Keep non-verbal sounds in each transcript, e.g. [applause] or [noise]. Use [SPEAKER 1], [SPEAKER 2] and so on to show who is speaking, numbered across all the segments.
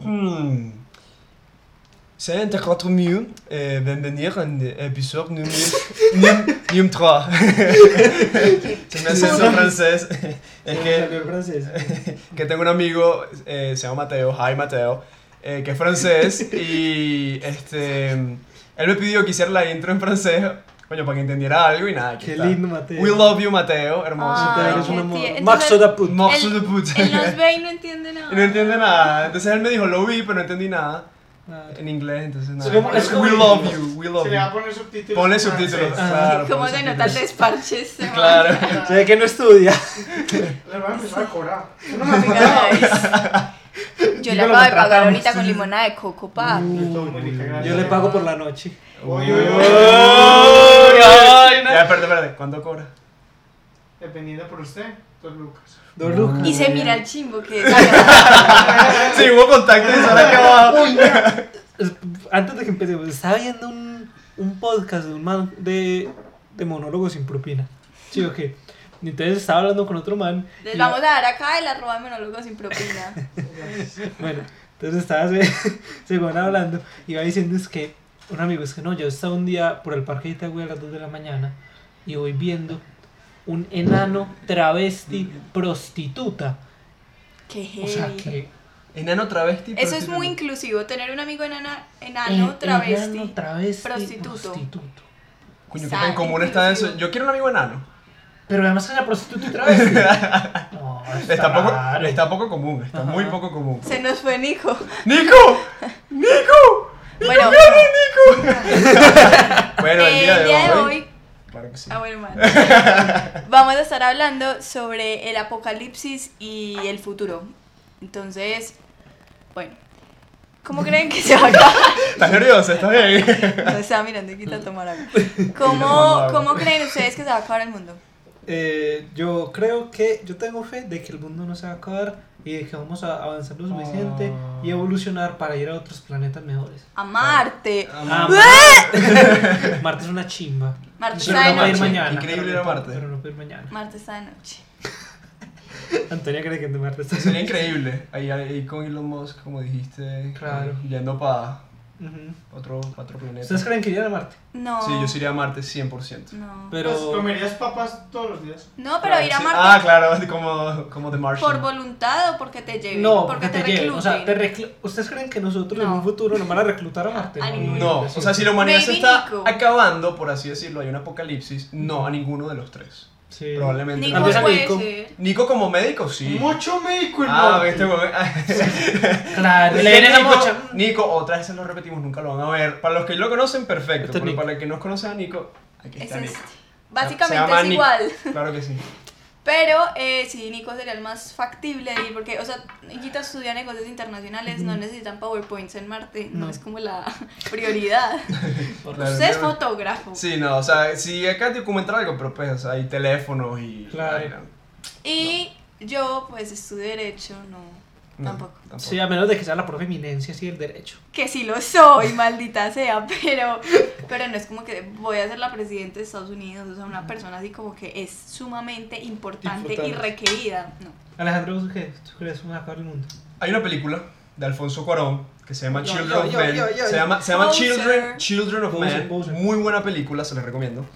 [SPEAKER 1] Hmm. Zijn de 4 miljoen. Eh, ben benieuwd aan de episode [laughs] nummer 3. [laughs] Se me hace eso
[SPEAKER 2] [laughs]
[SPEAKER 1] francés. Es que
[SPEAKER 2] Salió el francés.
[SPEAKER 1] que tengo un amigo, eh, se llama Mateo, hi Mateo, eh, que es francés y este, él me pidió que hiciera la intro en francés, coño, para que entendiera algo y nada. aquí
[SPEAKER 2] [laughs] Qué
[SPEAKER 1] está.
[SPEAKER 2] lindo, Mateo.
[SPEAKER 1] We love you, Mateo, hermoso.
[SPEAKER 2] Ay,
[SPEAKER 1] te
[SPEAKER 2] eres
[SPEAKER 1] amo.
[SPEAKER 2] un amor.
[SPEAKER 3] qué tie-
[SPEAKER 4] Max
[SPEAKER 3] entonces,
[SPEAKER 4] Soda Put.
[SPEAKER 1] Moxo
[SPEAKER 3] él-
[SPEAKER 1] de puta.
[SPEAKER 3] Él nos ve y no entiende nada.
[SPEAKER 1] [laughs] Y no entiende nada. Entonces él me dijo, lo vi, pero no entendí nada
[SPEAKER 2] Ah,
[SPEAKER 1] en inglés, entonces
[SPEAKER 4] Es como-
[SPEAKER 1] nada.
[SPEAKER 4] es como-
[SPEAKER 1] we love you, we love
[SPEAKER 5] Se le va a
[SPEAKER 1] you.
[SPEAKER 5] poner subtítulos. Ah,
[SPEAKER 1] Ponle
[SPEAKER 5] en
[SPEAKER 1] subtítulos.
[SPEAKER 5] francés.
[SPEAKER 1] Claro,
[SPEAKER 3] ¿Cómo
[SPEAKER 1] ponle
[SPEAKER 3] se nota el
[SPEAKER 1] subtítulos.
[SPEAKER 3] desparche ese man?
[SPEAKER 1] Claro.
[SPEAKER 4] Se ve que no estudia.
[SPEAKER 5] Le van a empezar a cobrar. Eso no me
[SPEAKER 3] Venga,
[SPEAKER 5] acordaba.
[SPEAKER 3] [laughs]
[SPEAKER 1] [laughs]
[SPEAKER 3] guys. Yo
[SPEAKER 1] Dígalo,
[SPEAKER 3] le acabo de pagar
[SPEAKER 1] tratamos.
[SPEAKER 3] ahorita con limonada de coco, pa.
[SPEAKER 1] Mm,
[SPEAKER 5] Estuvo muy rica, gracias.
[SPEAKER 2] Yo le pago por la noche.
[SPEAKER 5] Oye, oye,
[SPEAKER 4] Uy, ay, no.
[SPEAKER 1] Ya, espérate, espérate. ¿Cuánto cobra? [laughs]
[SPEAKER 5] Dependiendo por usted, dos lucas.
[SPEAKER 2] Dos lucas.
[SPEAKER 3] Y se mira el
[SPEAKER 1] [laughs]
[SPEAKER 3] chimbo que es.
[SPEAKER 1] Sí, hubo contacto y ahora que va.
[SPEAKER 2] Es- Antes de que empecemos, estaba viendo un, un podcast de un man de, de monólogos sin propina. Sí, ok. Y Entonces estaba hablando con otro man.
[SPEAKER 3] Les
[SPEAKER 2] y-
[SPEAKER 3] vamos a dar acá el arroba de monólogo
[SPEAKER 1] [laughs]
[SPEAKER 3] sin propina.
[SPEAKER 5] Pues,
[SPEAKER 2] Bueno, entonces estaba se- [laughs] según hablando, iba diciendo es que un amigo es que no, yo estaba un día por el parque de Itagüí a las 2 de la mañana y voy viendo un enano travesti prostituta.
[SPEAKER 3] Qué heavy.
[SPEAKER 2] O sea que
[SPEAKER 1] Enano travesti.
[SPEAKER 3] Eso es
[SPEAKER 1] prostituta.
[SPEAKER 3] muy inclusivo, tener un amigo enana,
[SPEAKER 2] eh,
[SPEAKER 3] enano, travesti.
[SPEAKER 2] enano travesti
[SPEAKER 3] prostituto.
[SPEAKER 2] prostituto.
[SPEAKER 1] Coño, qué
[SPEAKER 3] Sa-
[SPEAKER 1] tan común está
[SPEAKER 3] inclusivo.
[SPEAKER 1] eso. Yo quiero un amigo enano.
[SPEAKER 2] Pero además que era prostituta y travesti. No, está,
[SPEAKER 1] Está poco,
[SPEAKER 2] raro.
[SPEAKER 1] está poco común, está
[SPEAKER 2] Ajá.
[SPEAKER 1] muy poco común.
[SPEAKER 3] Se nos
[SPEAKER 1] [laughs]
[SPEAKER 3] fue Nico.
[SPEAKER 1] ¡Nico! [laughs] ¡Nico!
[SPEAKER 3] Bueno,
[SPEAKER 1] Bueno, el
[SPEAKER 3] eh,
[SPEAKER 1] día de hoy. Claro que sí.
[SPEAKER 3] Ah, bueno, man. Vamos a estar hablando sobre el apocalipsis y el futuro. Entonces, bueno, ¿cómo creen que se va a acabar?
[SPEAKER 1] ¿Estás nerviosa? ¿Estás [laughs] bien?
[SPEAKER 3] No estaba mirando quita tomar agua.
[SPEAKER 1] tomando
[SPEAKER 3] ¿Cómo,
[SPEAKER 1] agua.
[SPEAKER 3] ¿Cómo creen ustedes que se va a acabar el mundo?
[SPEAKER 2] Eh, yo creo que yo tengo fe de que el mundo no se va a acabar y de que vamos a avanzar lo suficiente y evolucionar para ir a otros planetas mejores.
[SPEAKER 3] A Marte.
[SPEAKER 2] Ah, Marte. [laughs] Marte es una chimba.
[SPEAKER 3] Marte
[SPEAKER 2] Pero
[SPEAKER 3] está
[SPEAKER 2] no para
[SPEAKER 3] de
[SPEAKER 2] ir
[SPEAKER 3] noche.
[SPEAKER 2] mañana.
[SPEAKER 1] Increíble
[SPEAKER 2] pero no
[SPEAKER 1] ir a
[SPEAKER 2] para-
[SPEAKER 1] Marte.
[SPEAKER 2] Pero no para ir
[SPEAKER 3] [laughs]
[SPEAKER 2] mañana.
[SPEAKER 3] Marte está de noche.
[SPEAKER 2] Antonia cree que de Marte está
[SPEAKER 1] Sería increíble. Ahí, ahí con Elon Musk, como dijiste.
[SPEAKER 2] Claro.
[SPEAKER 1] Yendo para
[SPEAKER 2] Ujú.
[SPEAKER 1] otro, pa otro planeta.
[SPEAKER 2] ¿Ustedes creen que irían a Marte?
[SPEAKER 3] No.
[SPEAKER 1] Sí, yo sí iría a Marte 100%.
[SPEAKER 3] No.
[SPEAKER 5] Pues,
[SPEAKER 2] Pero...
[SPEAKER 5] ¿Comerías papas todos los días?
[SPEAKER 3] No, pero ir a
[SPEAKER 1] Sí. Ah,
[SPEAKER 3] Marte
[SPEAKER 1] claro, como, como The Martian.
[SPEAKER 3] por voluntad o porque te lleven.
[SPEAKER 2] No,
[SPEAKER 3] porque te,
[SPEAKER 2] lleven,
[SPEAKER 3] recluten.
[SPEAKER 2] O sea, te reclu- ¿ustedes creen que nosotros en
[SPEAKER 3] No.
[SPEAKER 2] un futuro nos van a reclutar a Marte?
[SPEAKER 3] A ningún-
[SPEAKER 1] No, o sea, si la humanidad se
[SPEAKER 3] Maybe
[SPEAKER 1] está
[SPEAKER 3] Nico.
[SPEAKER 1] acabando, por así decirlo, hay un apocalipsis, no a ninguno de los tres.
[SPEAKER 2] Sí.
[SPEAKER 1] Probablemente.
[SPEAKER 3] Nico
[SPEAKER 1] no.
[SPEAKER 2] Tal vez a
[SPEAKER 3] puede
[SPEAKER 2] Nico.
[SPEAKER 3] ser.
[SPEAKER 1] Nico como médico, sí.
[SPEAKER 5] Mucho médico,
[SPEAKER 1] Ah,
[SPEAKER 5] hermano.
[SPEAKER 1] viste, güey. [laughs]
[SPEAKER 2] Claro, y le viene la
[SPEAKER 1] Nico,
[SPEAKER 2] mocha.
[SPEAKER 1] Nico, otra vez se lo repetimos, nunca lo van a ver. Para los que lo conocen, perfecto.
[SPEAKER 2] Este es
[SPEAKER 1] pero
[SPEAKER 2] Nico.
[SPEAKER 1] para los que no conocen a Nico, aquí
[SPEAKER 3] Es
[SPEAKER 1] está
[SPEAKER 3] este.
[SPEAKER 1] Nico. Se
[SPEAKER 3] Básicamente
[SPEAKER 1] llama
[SPEAKER 3] es
[SPEAKER 1] Nico.
[SPEAKER 3] igual.
[SPEAKER 1] Claro que sí.
[SPEAKER 3] Pero eh, sí, Nico sería el más factible de ir, porque, o sea, Nikita estudia negocios internacionales, no necesitan PowerPoints en Marte, no,
[SPEAKER 2] No.
[SPEAKER 3] es como la [laughs]
[SPEAKER 2] [laughs]
[SPEAKER 3] prioridad.
[SPEAKER 1] Claro,
[SPEAKER 3] Usted es
[SPEAKER 1] claro.
[SPEAKER 3] fotógrafo.
[SPEAKER 1] Sí, no, o sea, si acá documentar algo, pero pues, o sea, hay teléfonos y.
[SPEAKER 2] Claro.
[SPEAKER 1] Ay, no.
[SPEAKER 3] Y yo, pues, estudio Derecho, no,
[SPEAKER 1] No,
[SPEAKER 3] tampoco.
[SPEAKER 2] Sí, a menos de que sea la propia eminencia, sí, el derecho.
[SPEAKER 3] Que sí lo soy, maldita sea, [laughs] pero, pero no es como que voy a ser la presidenta de Estados Unidos, o sea, una persona así como que es sumamente importante y
[SPEAKER 2] Importante.
[SPEAKER 3] requerida. No.
[SPEAKER 2] Alejandro, ¿tú qué? ¿Tú crees que van a acabar el mundo?
[SPEAKER 1] Hay una película de Alfonso Cuarón que se llama
[SPEAKER 2] Yo,
[SPEAKER 1] Children
[SPEAKER 2] yo,
[SPEAKER 1] of
[SPEAKER 2] yo,
[SPEAKER 1] Men.
[SPEAKER 2] yo, yo,
[SPEAKER 1] se
[SPEAKER 2] yo.
[SPEAKER 1] llama, se llama
[SPEAKER 3] Poser.
[SPEAKER 1] Children, Children of
[SPEAKER 2] Poser,
[SPEAKER 1] Men.
[SPEAKER 2] poser.
[SPEAKER 1] Muy buena película, se la recomiendo.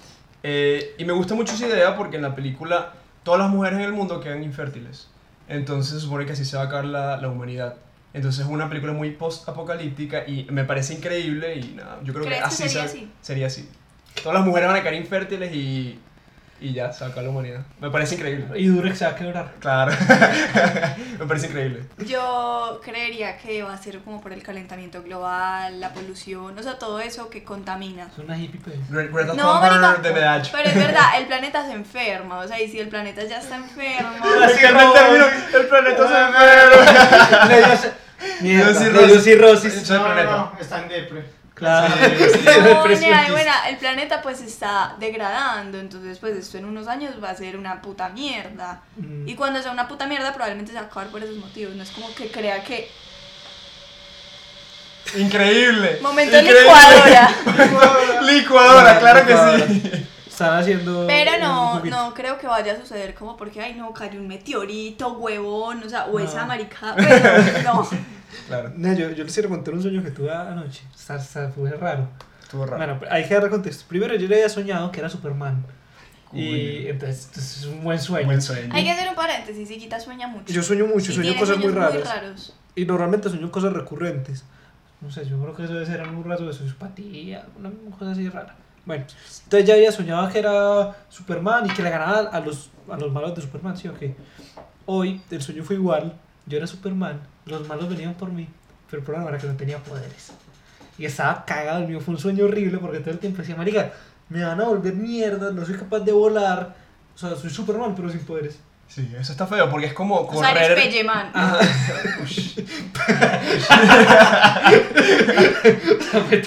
[SPEAKER 1] Eh, y me gusta mucho esa idea porque en la película todas las mujeres en el mundo quedan infértiles. Entonces se supone que así se va a acabar la, la humanidad. Entonces es una película muy post-apocalíptica y me parece increíble y nada, yo creo que
[SPEAKER 3] ¿Crees que
[SPEAKER 1] así se-
[SPEAKER 3] sería así?
[SPEAKER 1] sería así. Todas las mujeres van a quedar infértiles y, y ya, se va a acabar la humanidad. Me parece increíble.
[SPEAKER 2] Y Durex se va a quebrar.
[SPEAKER 1] Claro, [laughs] me parece increíble.
[SPEAKER 3] Yo creería que va a ser como por el calentamiento global, la polución, o sea, todo eso que contamina.
[SPEAKER 2] Es una hippie, pues.
[SPEAKER 1] Gre- Greta
[SPEAKER 3] No,
[SPEAKER 1] Thunberg
[SPEAKER 3] marica,
[SPEAKER 1] de Medach.
[SPEAKER 3] pero es verdad, el planeta se enferma, o sea, y si el planeta ya
[SPEAKER 2] [laughs]
[SPEAKER 3] está enfermo,
[SPEAKER 1] Así que no termino, el planeta se enferma.
[SPEAKER 2] Le
[SPEAKER 1] [laughs]
[SPEAKER 2] dio ci- Mierda,
[SPEAKER 1] Le dio
[SPEAKER 2] le dio
[SPEAKER 1] cirrosis.
[SPEAKER 2] cirrosis.
[SPEAKER 1] Eso es
[SPEAKER 5] No, no,
[SPEAKER 1] planeta.
[SPEAKER 5] no, está en depre.
[SPEAKER 2] Claro. [laughs]
[SPEAKER 3] no,
[SPEAKER 2] El precio
[SPEAKER 3] nena,
[SPEAKER 2] es-
[SPEAKER 3] bueno, el planeta pues está degradando, entonces pues esto en unos años va a ser una puta mierda.
[SPEAKER 2] Mm.
[SPEAKER 3] Y cuando sea una puta mierda probablemente se va a acabar por esos motivos, no es como que crea que...
[SPEAKER 1] Increíble.
[SPEAKER 3] Momento
[SPEAKER 1] Increíble. [laughs]
[SPEAKER 3] licuadora.
[SPEAKER 1] Ah, Licuadora, claro que sí.
[SPEAKER 2] Están haciendo.
[SPEAKER 3] [laughs] Pero
[SPEAKER 2] un
[SPEAKER 3] no,
[SPEAKER 2] juguito.
[SPEAKER 3] no creo que vaya a suceder como porque, ay, no, cayó un meteorito, huevón, o sea, o esa
[SPEAKER 2] No. [laughs]
[SPEAKER 3] maricada. Pues no, no.
[SPEAKER 1] Claro,
[SPEAKER 2] No, yo, yo les quiero contar un sueño que tuve anoche. O sea, o sea, fue raro.
[SPEAKER 1] estuvo raro.
[SPEAKER 2] Bueno, pero hay que dar contexto. Primero, yo le había soñado que era Superman. Y
[SPEAKER 1] Uy,
[SPEAKER 2] entonces, entonces es un buen sueño.
[SPEAKER 1] buen sueño.
[SPEAKER 3] Hay que hacer un paréntesis, Siquita sueña mucho.
[SPEAKER 2] Yo sueño mucho,
[SPEAKER 3] Y
[SPEAKER 2] sueño
[SPEAKER 3] tiene
[SPEAKER 2] cosas muy
[SPEAKER 3] sueños
[SPEAKER 2] raras.
[SPEAKER 3] raros.
[SPEAKER 2] Y normalmente sueño cosas recurrentes. No sé, yo creo que eso debe ser algún rato de sociopatía, alguna cosa así rara. Bueno, entonces ya había soñado que era Superman y que le ganaba a los, a los malos de Superman, ¿sí o qué? Hoy el sueño fue igual, yo era Superman, los malos venían por mí, pero el problema era que no tenía poderes. Y estaba cagado, el mío fue un sueño horrible porque todo el tiempo decía, marica, me van a volver mierda, no soy capaz de volar, o sea, soy Superman pero sin poderes.
[SPEAKER 1] Sí, eso está feo porque es como
[SPEAKER 3] O sea, eres
[SPEAKER 1] correr.
[SPEAKER 3] Pelleman.
[SPEAKER 2] Ah,
[SPEAKER 1] [laughs] Uy, vale, qué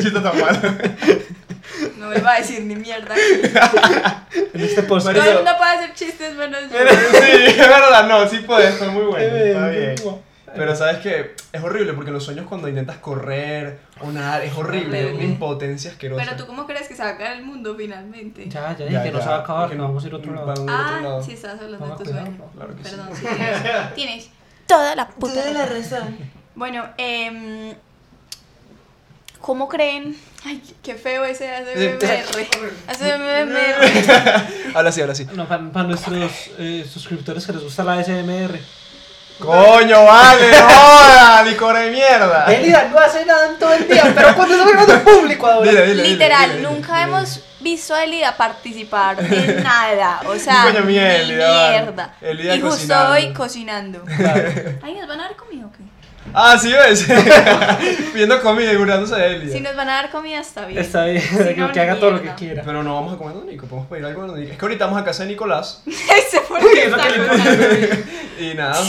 [SPEAKER 1] chiste tan [laughs] malo.
[SPEAKER 3] No me va a decir ni mierda.
[SPEAKER 2] En este post.
[SPEAKER 3] Todo el mundo puede hacer chistes menos yo.
[SPEAKER 1] Sí, es verdad, no, sí puedes, fue muy bueno. Está bien. Pero
[SPEAKER 2] Pero
[SPEAKER 1] sabes que es horrible porque en los sueños cuando intentas correr o nadar es horrible,
[SPEAKER 3] Horrible.
[SPEAKER 1] una impotencia asquerosa.
[SPEAKER 3] Pero tú, ¿cómo crees que se va a acabar el mundo finalmente?
[SPEAKER 2] ya, ya, dije que no se va a acabar, que nos vamos a ir a otro lado.
[SPEAKER 1] Vamos a otro
[SPEAKER 3] Ah,
[SPEAKER 1] lado.
[SPEAKER 3] sí, estabas hablando de
[SPEAKER 2] Vamos a
[SPEAKER 3] tu
[SPEAKER 2] cuidar,
[SPEAKER 3] sueño.
[SPEAKER 2] ¿no?
[SPEAKER 1] Claro que sí.
[SPEAKER 3] Perdón, sí. Tienes, tienes toda la puta razón.
[SPEAKER 6] razón.
[SPEAKER 3] Bueno, eh, ¿cómo creen? Ay, qué feo ese ASMR. ASMR.
[SPEAKER 1] Ahora sí, ahora sí.
[SPEAKER 2] No, para, para nuestros eh, suscriptores que les gusta la SMR.
[SPEAKER 1] ¡Coño, vale! ¡Hola, licor de mierda!
[SPEAKER 2] Elida no hace nada en todo el día, pero cuando se ve el público ahora.
[SPEAKER 1] Dile, dile, dile,
[SPEAKER 3] Literal,
[SPEAKER 1] dile, dile.
[SPEAKER 3] nunca hemos visto a Elida participar en nada. O sea,
[SPEAKER 1] Coño, mi
[SPEAKER 3] ni
[SPEAKER 1] Elida, vale.
[SPEAKER 3] mierda.
[SPEAKER 1] Elida
[SPEAKER 3] y justo
[SPEAKER 1] cocinando.
[SPEAKER 3] hoy cocinando.
[SPEAKER 2] Claro.
[SPEAKER 3] Ay, ¿nos van a dar comida o qué?
[SPEAKER 1] Ah, sí, ves. [laughs] Pidiendo comida y burlándose de Elia.
[SPEAKER 3] Si nos van a dar comida, está bien. [laughs]
[SPEAKER 2] Está bien,
[SPEAKER 3] Si no,
[SPEAKER 2] que haga todo lo que
[SPEAKER 3] mierda.
[SPEAKER 2] quiera.
[SPEAKER 1] Pero no vamos a comer a Nico, podemos pedir algo a Nico. Es que ahorita vamos a casa de Nicolás
[SPEAKER 3] Ese fue el que
[SPEAKER 2] Eso que le
[SPEAKER 3] estaba hablando.
[SPEAKER 1] y nada.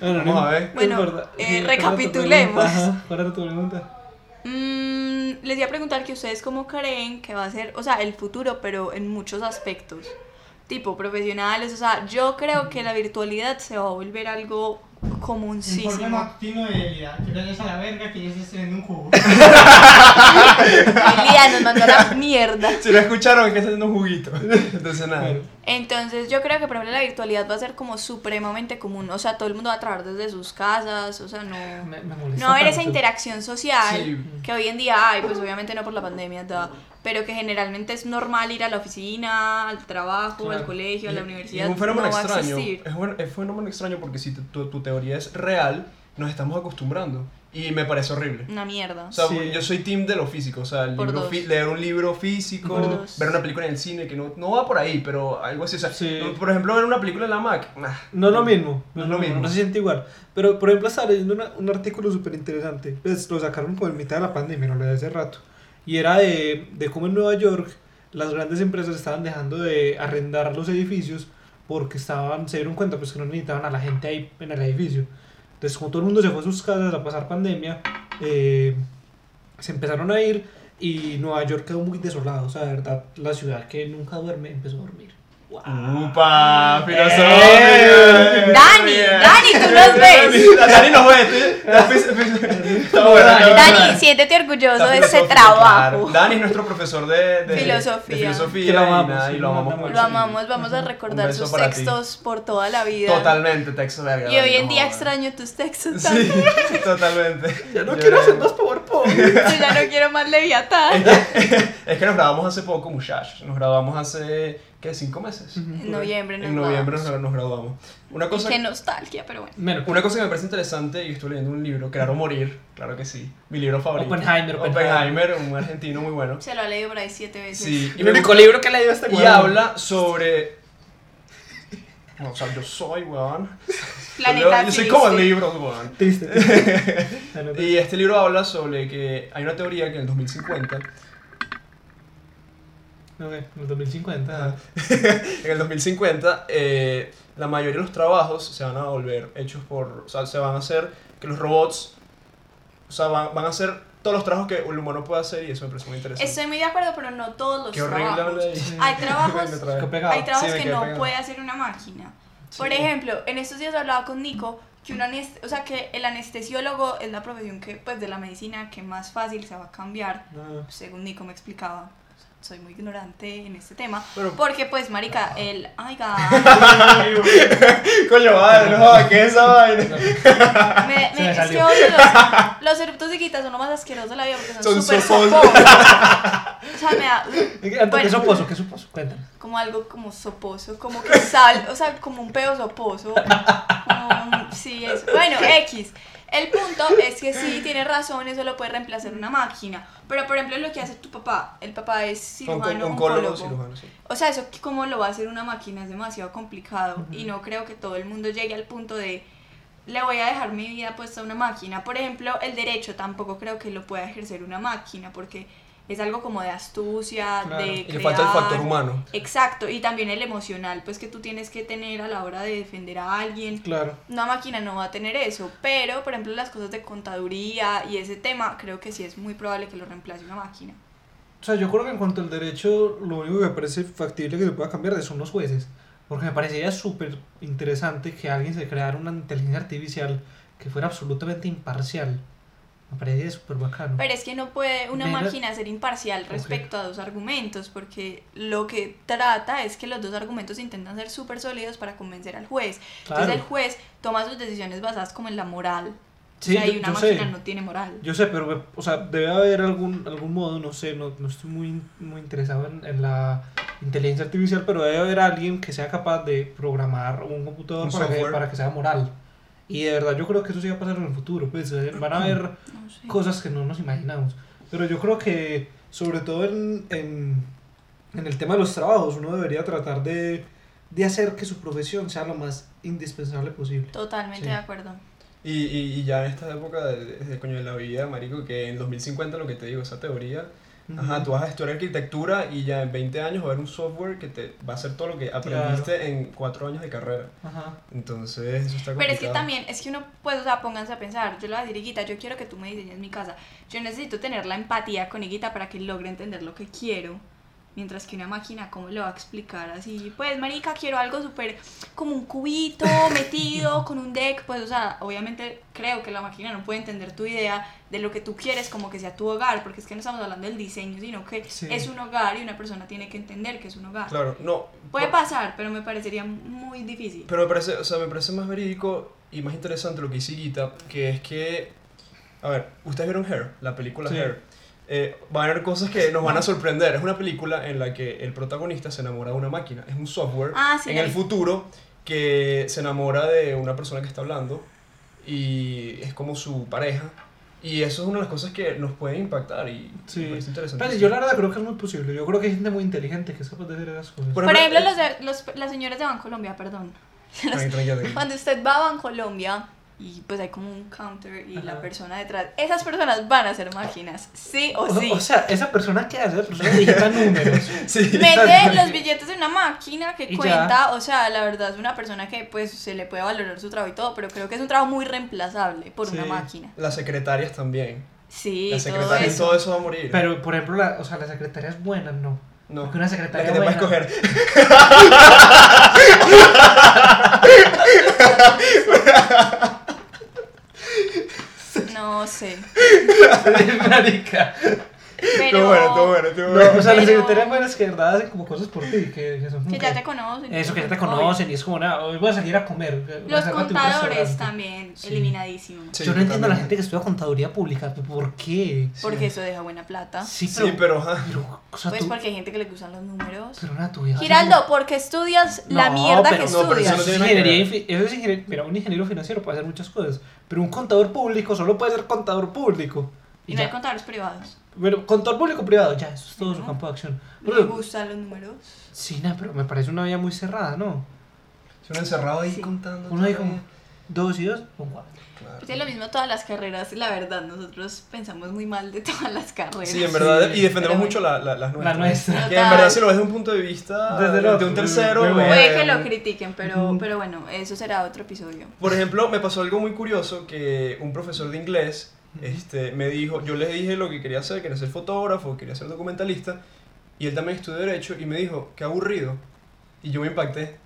[SPEAKER 2] Bueno,
[SPEAKER 1] Vamos a ver.
[SPEAKER 3] Bueno,
[SPEAKER 2] importa.
[SPEAKER 3] eh,
[SPEAKER 2] Sí, ¿cuál era tu
[SPEAKER 3] recapitulemos.
[SPEAKER 2] pregunta? Ajá, ¿Cuál era tu pregunta?
[SPEAKER 3] Mm, les iba a preguntar que ustedes cómo creen que va a ser, o sea, el futuro, pero en muchos aspectos, tipo profesionales, o sea, yo creo que la virtualidad se va a volver algo
[SPEAKER 5] Informe
[SPEAKER 3] comúnísimo.
[SPEAKER 5] matutino de Elida. Que vayas a la verga que yo estoy haciendo un jugo.
[SPEAKER 3] Elías nos mandó a la mierda.
[SPEAKER 1] Si lo escucharon, es que está haciendo un juguito. Entonces, nada.
[SPEAKER 2] Bueno,
[SPEAKER 3] Entonces yo creo que por ejemplo la virtualidad va a ser como supremamente común, o sea, todo el mundo va a trabajar desde sus casas, o sea, no,
[SPEAKER 2] me, me molesta.
[SPEAKER 3] no va a haber esa
[SPEAKER 2] tanto.
[SPEAKER 3] interacción social.
[SPEAKER 1] Sí,
[SPEAKER 3] que hoy en día hay, pues obviamente no por la pandemia, da, pero que generalmente es normal ir a la oficina, al trabajo,
[SPEAKER 2] Claro.
[SPEAKER 3] al colegio, a la universidad.
[SPEAKER 1] Es un fenómeno
[SPEAKER 3] no va a
[SPEAKER 1] extraño.
[SPEAKER 3] existir.
[SPEAKER 1] Es un, es un fenómeno extraño porque si tu, tu- tu teoría es real, nos estamos acostumbrando. Y me parece horrible.
[SPEAKER 3] Una mierda.
[SPEAKER 1] O sea,
[SPEAKER 2] Sí.
[SPEAKER 1] yo soy team de lo físico. O sea, el
[SPEAKER 3] Por
[SPEAKER 1] libro
[SPEAKER 3] dos.
[SPEAKER 1] fi- leer un libro físico,
[SPEAKER 3] Por dos.
[SPEAKER 1] ver una película en el cine, que no, no va por ahí, pero algo así. O sea,
[SPEAKER 2] Sí.
[SPEAKER 1] no- por ejemplo, ver una película en la Mac. nah.
[SPEAKER 2] No es lo mismo, no
[SPEAKER 1] No
[SPEAKER 2] es
[SPEAKER 1] es
[SPEAKER 2] lo
[SPEAKER 1] lo
[SPEAKER 2] mismo,
[SPEAKER 1] mismo.
[SPEAKER 2] no se siente igual. Pero, por ejemplo, estaba leyendo una- un artículo súper interesante. Pues, lo sacaron por mitad de la pandemia, no lo de hace rato. Y era de, de cómo en Nueva York las grandes empresas estaban dejando de arrendar los edificios porque estaban, se dieron cuenta pues, que no necesitaban a la gente ahí en el edificio. Entonces, como todo el mundo se fue a sus casas a pasar pandemia, eh, se empezaron a ir y Nueva York quedó muy desolado. O sea, de verdad, la ciudad que nunca duerme empezó a dormir. ¡Wow!
[SPEAKER 1] ¡Upa! ¡Filosófico!
[SPEAKER 2] Eh.
[SPEAKER 3] Dani, Dani, tú nos ves.
[SPEAKER 1] Dani nos ve. Dani, está bueno, está bueno.
[SPEAKER 3] Dani, siéntete orgulloso
[SPEAKER 1] Está
[SPEAKER 3] de ese
[SPEAKER 1] filosófico,
[SPEAKER 3] trabajo.
[SPEAKER 1] claro. Dani es nuestro profesor de, de-
[SPEAKER 3] Filosofía.
[SPEAKER 1] de filosofía
[SPEAKER 2] Que lo amamos,
[SPEAKER 1] y, nada, y
[SPEAKER 2] sí,
[SPEAKER 1] lo amamos
[SPEAKER 2] lo
[SPEAKER 1] mucho.
[SPEAKER 3] Lo amamos, vamos a recordar
[SPEAKER 1] Un beso
[SPEAKER 3] sus
[SPEAKER 1] para ti.
[SPEAKER 3] textos por toda la vida.
[SPEAKER 1] Totalmente, texto verga.
[SPEAKER 3] Y
[SPEAKER 1] Dani,
[SPEAKER 3] hoy en
[SPEAKER 1] no
[SPEAKER 3] día
[SPEAKER 1] jodas.
[SPEAKER 3] extraño tus textos también.
[SPEAKER 1] Sí, [laughs] totalmente.
[SPEAKER 2] Ya no
[SPEAKER 1] Yo-
[SPEAKER 2] quiero hacer más PowerPoint.
[SPEAKER 3] [laughs] Yo ya no quiero más
[SPEAKER 1] Es
[SPEAKER 3] Leviatán.
[SPEAKER 1] que, [laughs] es que nos grabamos hace poco, muchachos. Nos grabamos hace, ¿qué? ¿Cinco meses?
[SPEAKER 3] En noviembre nos
[SPEAKER 1] En noviembre nos, nos graduamos. Una
[SPEAKER 3] vamos.
[SPEAKER 1] cosa,
[SPEAKER 3] Y Qué nostalgia, pero bueno.
[SPEAKER 2] Bueno,
[SPEAKER 1] una cosa que me parece interesante, y estoy leyendo un libro, Claro Morir, claro que sí. Mi libro favorito.
[SPEAKER 2] Oppenheimer, Oppenheimer.
[SPEAKER 1] Oppenheimer, un argentino muy bueno.
[SPEAKER 3] Se lo ha leído por ahí siete veces.
[SPEAKER 1] Sí, y
[SPEAKER 4] El
[SPEAKER 1] me
[SPEAKER 4] único libro que le dio este
[SPEAKER 1] Y habla sobre. No, o sea, yo soy, weón.
[SPEAKER 3] Planeta
[SPEAKER 1] yo, soy como el
[SPEAKER 3] triste.
[SPEAKER 1] libro, weón.
[SPEAKER 2] [laughs] triste. Bueno,
[SPEAKER 1] Y este libro habla sobre que hay una teoría que en el 2050,
[SPEAKER 2] ok, en el 2050.
[SPEAKER 1] Ajá. [laughs] en el 2050, eh, la mayoría de los trabajos se van a volver hechos por. O sea, se van a hacer que los robots. O sea, van, van a hacer todos los trabajos que el humano puede hacer y eso me parece muy interesante.
[SPEAKER 3] Estoy muy de acuerdo, pero no todos los
[SPEAKER 1] Qué horrible hablar
[SPEAKER 3] trabajos.
[SPEAKER 1] ahí. [laughs]
[SPEAKER 3] Hay
[SPEAKER 1] Me
[SPEAKER 3] trabajos,
[SPEAKER 1] trae.
[SPEAKER 2] Qué pegado.
[SPEAKER 3] hay trabajos
[SPEAKER 1] Sí, me
[SPEAKER 3] que
[SPEAKER 1] quedé
[SPEAKER 3] no
[SPEAKER 1] pegado.
[SPEAKER 3] puede hacer una máquina. Por
[SPEAKER 1] Sí.
[SPEAKER 3] ejemplo, en estos días hablaba con Nico que un anest- o sea, que el anestesiólogo es la profesión que pues de la medicina que más fácil se va a cambiar,
[SPEAKER 2] Ah,
[SPEAKER 3] según Nico me explicaba. soy muy ignorante en este tema.
[SPEAKER 1] Pero-
[SPEAKER 3] porque pues, marica, el... Ay, ga-
[SPEAKER 1] [laughs] Coño, madre, no, ¿qué es esa vaina?
[SPEAKER 3] me-
[SPEAKER 2] Se me
[SPEAKER 3] me- es
[SPEAKER 2] salió.
[SPEAKER 3] que odio los, los eructos de quita son lo más asquerosos de la vida porque son
[SPEAKER 1] Son
[SPEAKER 3] súper
[SPEAKER 1] soposos.
[SPEAKER 3] soposos.
[SPEAKER 1] [laughs]
[SPEAKER 3] O sea, me da...
[SPEAKER 2] Antes, ¿Qué
[SPEAKER 3] Bueno.
[SPEAKER 2] supuso? ¿Qué supuso? Cuéntame.
[SPEAKER 3] como algo como soposo, como que sal, o sea, como un pedo soposo. como- sí, eso. Bueno, X. El punto es que sí, tienes razón, eso lo puede reemplazar una máquina. Pero, por ejemplo, lo que hace tu papá, el papá es cirujano,
[SPEAKER 1] Oncólogo,
[SPEAKER 3] oncólogo.
[SPEAKER 1] cirujano, sí.
[SPEAKER 3] O sea, eso cómo lo va a hacer una máquina es demasiado complicado y no creo que todo el mundo llegue al punto de le voy a dejar mi vida puesta a una máquina. Por ejemplo, el derecho tampoco creo que lo pueda ejercer una máquina porque es algo como de astucia,
[SPEAKER 2] Claro.
[SPEAKER 3] de
[SPEAKER 2] Y
[SPEAKER 1] Y le falta el factor
[SPEAKER 3] crear.
[SPEAKER 1] humano.
[SPEAKER 3] Exacto, y también el emocional, pues que tú tienes que tener a la hora de defender a alguien.
[SPEAKER 2] Claro.
[SPEAKER 3] Una máquina no va a tener eso, pero por ejemplo las cosas de contaduría y ese tema, creo que sí es muy probable que lo reemplace una máquina.
[SPEAKER 2] O sea, yo creo que en cuanto al derecho, lo único que me parece factible que se pueda cambiar son los jueces. Porque me parecería súper interesante que alguien se creara una inteligencia artificial que fuera absolutamente imparcial. Me parecería súper bacano.
[SPEAKER 3] Pero es que no puede una
[SPEAKER 2] Menos-
[SPEAKER 3] máquina ser imparcial
[SPEAKER 2] Ok.
[SPEAKER 3] respecto a dos argumentos, porque lo que trata es que los dos argumentos intentan ser súper sólidos para convencer al juez. Entonces el juez toma sus decisiones basadas como en la moral.
[SPEAKER 2] Sí,
[SPEAKER 3] o sea, y
[SPEAKER 2] yo-
[SPEAKER 3] una
[SPEAKER 2] yo
[SPEAKER 3] máquina
[SPEAKER 2] sé.
[SPEAKER 3] no tiene moral.
[SPEAKER 2] Yo sé, pero me- o sea, debe haber algún, algún modo, no sé, no, no estoy muy, muy interesado en, en la inteligencia artificial, pero debe haber alguien que sea capaz de programar un computador
[SPEAKER 1] Un
[SPEAKER 2] para, que,
[SPEAKER 1] software.
[SPEAKER 2] para que sea moral. Y de verdad yo creo que eso sí va a pasar en el futuro, pues eh, van a haber
[SPEAKER 3] No sé.
[SPEAKER 2] cosas que no nos imaginamos. Pero yo creo que, sobre todo en, en, en el tema de los trabajos, uno debería tratar de, de hacer que su profesión sea lo más indispensable posible.
[SPEAKER 3] Totalmente
[SPEAKER 2] Sí.
[SPEAKER 3] de acuerdo.
[SPEAKER 1] Y, y, y ya en esta época de, de- de coño de la vida, marico, que en 2050 lo que te digo, esa teoría, ajá, tú vas a estudiar arquitectura y ya en 20 años va a haber un software que te va a hacer todo lo que aprendiste en 4 años de carrera.
[SPEAKER 2] Ajá.
[SPEAKER 1] Entonces, eso está complicado.
[SPEAKER 3] Pero es que también, es que uno, pues, o sea, pónganse a pensar, yo le voy a decir, Higuita, yo quiero que tú me diseñes mi casa. Yo necesito tener la empatía con Higuita para que logre entender lo que quiero. Mientras que una máquina, ¿cómo le va a explicar así? Pues, marica, quiero algo súper como un
[SPEAKER 1] [laughs]
[SPEAKER 3] cubito metido con un deck. Pues, o sea, obviamente creo que la máquina no puede entender tu idea de lo que tú quieres como que sea tu hogar. Porque es que no estamos hablando del diseño, sino que
[SPEAKER 2] Sí.
[SPEAKER 3] es un hogar y una persona tiene que entender que es un hogar.
[SPEAKER 1] Claro, no.
[SPEAKER 3] Puede
[SPEAKER 1] por-
[SPEAKER 3] pasar, pero me parecería muy difícil.
[SPEAKER 1] Pero me parece, o sea, me parece más verídico y más interesante lo que hizo Guita, que es que, a ver, ustedes vieron Hair, la película
[SPEAKER 2] Sí.
[SPEAKER 1] Hair. Eh, van a haber cosas que nos van a sorprender. Es una película en la que el protagonista se enamora de una máquina. Es un software
[SPEAKER 3] Ah, sí,
[SPEAKER 1] en
[SPEAKER 3] la
[SPEAKER 1] el
[SPEAKER 3] vi.
[SPEAKER 1] futuro que se enamora de una persona que está hablando y es como su pareja. Y eso es una de las cosas que nos puede impactar y
[SPEAKER 2] Sí.
[SPEAKER 1] me parece interesante.
[SPEAKER 2] Pero yo la verdad creo que es muy posible. Yo creo que hay gente muy inteligente que es capaz de hacer esas cosas.
[SPEAKER 1] Por
[SPEAKER 3] Por ejemplo,
[SPEAKER 1] ejemplo,
[SPEAKER 3] los, de- los- las señoras de Bancolombia, perdón.
[SPEAKER 1] Tranqui,
[SPEAKER 3] [laughs]
[SPEAKER 1] tranqui, tranqui.
[SPEAKER 3] Cuando usted va a Bancolombia y pues hay como un counter y la
[SPEAKER 2] Ajá.
[SPEAKER 3] persona detrás, esas personas van a ser máquinas, sí o sí.
[SPEAKER 2] [laughs] O, o sea, esa persona que hace,
[SPEAKER 1] [laughs]
[SPEAKER 2] esa persona digita números.
[SPEAKER 1] oh, Sí.
[SPEAKER 3] Mete los billetes en una máquina que
[SPEAKER 2] Y ya.
[SPEAKER 3] cuenta, o sea, la verdad es una persona que pues se le puede valorar su trabajo y todo, pero creo que es un trabajo muy reemplazable por una
[SPEAKER 2] Sí.
[SPEAKER 3] máquina.
[SPEAKER 1] Las secretarias también.
[SPEAKER 3] Sí,
[SPEAKER 1] Las
[SPEAKER 3] todo
[SPEAKER 1] secretarias,
[SPEAKER 3] eso.
[SPEAKER 1] todo eso va a morir.
[SPEAKER 2] Pero, por ejemplo, la, o sea, la secretaria es buena, no.
[SPEAKER 1] No.
[SPEAKER 2] Porque una
[SPEAKER 1] La
[SPEAKER 2] secretaria
[SPEAKER 1] que te puedes
[SPEAKER 2] buena- [laughs]
[SPEAKER 1] coger.
[SPEAKER 2] [laughs]
[SPEAKER 3] No sé.
[SPEAKER 2] Marica.
[SPEAKER 3] Pero
[SPEAKER 1] Todo bueno, todo bueno, todo
[SPEAKER 2] No, o sea,
[SPEAKER 3] Pero-
[SPEAKER 2] las secretarias buenas que de verdad hacen como cosas por ti, que, que son como
[SPEAKER 3] Que ya te conocen.
[SPEAKER 2] Eso, que ya te
[SPEAKER 3] Obvio.
[SPEAKER 2] conocen y es como, nada, hoy voy a salir a comer. voy a
[SPEAKER 3] Los
[SPEAKER 2] sacar a tu
[SPEAKER 3] contadores
[SPEAKER 2] restaurante".
[SPEAKER 3] también,
[SPEAKER 2] Sí.
[SPEAKER 3] eliminadísimos.
[SPEAKER 1] Sí,
[SPEAKER 2] Yo no entiendo a la
[SPEAKER 1] totalmente.
[SPEAKER 2] gente que estudia contaduría pública. ¿Por qué?
[SPEAKER 3] Porque eso deja buena plata.
[SPEAKER 2] Sí, pero...
[SPEAKER 1] Sí, pero ajá.
[SPEAKER 2] pero, o sea,
[SPEAKER 3] Pues
[SPEAKER 2] tú-
[SPEAKER 3] porque hay gente que le gustan los números.
[SPEAKER 2] pero una tuya.
[SPEAKER 3] Giraldo, ¿por qué estudias la
[SPEAKER 2] No,
[SPEAKER 3] mierda
[SPEAKER 2] pero-
[SPEAKER 3] que
[SPEAKER 1] no, pero eso
[SPEAKER 3] estudias?
[SPEAKER 1] no
[SPEAKER 2] Eso es
[SPEAKER 1] tiene nada que
[SPEAKER 2] ingeniería infi- eso es ingenier- mira, un ingeniero financiero puede hacer muchas cosas, pero un contador público solo puede ser contador público. Y
[SPEAKER 3] Y no hay
[SPEAKER 2] ya.
[SPEAKER 3] contadores privados.
[SPEAKER 2] Bueno, contador público privado, ya, eso es todo su
[SPEAKER 3] No.
[SPEAKER 2] campo de acción.
[SPEAKER 3] ¿Le gustan los números?
[SPEAKER 2] Sí, nada, pero me parece una vía muy cerrada, ¿no?
[SPEAKER 1] Si uno encerrado ahí
[SPEAKER 3] Sí.
[SPEAKER 1] contando.
[SPEAKER 2] Uno ahí
[SPEAKER 1] todo.
[SPEAKER 2] como dos y dos, son cuatro.
[SPEAKER 1] Claro.
[SPEAKER 3] Pues Es lo mismo todas las carreras, la verdad, nosotros pensamos muy mal de todas las carreras.
[SPEAKER 1] Sí, en verdad.
[SPEAKER 2] Sí,
[SPEAKER 1] Y defendemos
[SPEAKER 3] pero
[SPEAKER 1] mucho la, la, las nuestras.
[SPEAKER 2] nuestra.
[SPEAKER 1] Que en
[SPEAKER 3] Total.
[SPEAKER 1] verdad, si lo ves desde un punto de vista
[SPEAKER 2] Desde el
[SPEAKER 1] de
[SPEAKER 2] otro,
[SPEAKER 1] un tercero.
[SPEAKER 2] muy bueno.
[SPEAKER 3] Puede
[SPEAKER 1] eh,
[SPEAKER 3] que lo critiquen, pero,
[SPEAKER 2] Ujú.
[SPEAKER 3] pero bueno, eso será otro episodio.
[SPEAKER 1] Por ejemplo, me pasó algo muy curioso que un profesor de inglés este, me dijo, yo le dije lo que quería hacer, quería ser fotógrafo, quería ser documentalista, y él también estudió derecho y me dijo, qué aburrido. Y yo me impacté.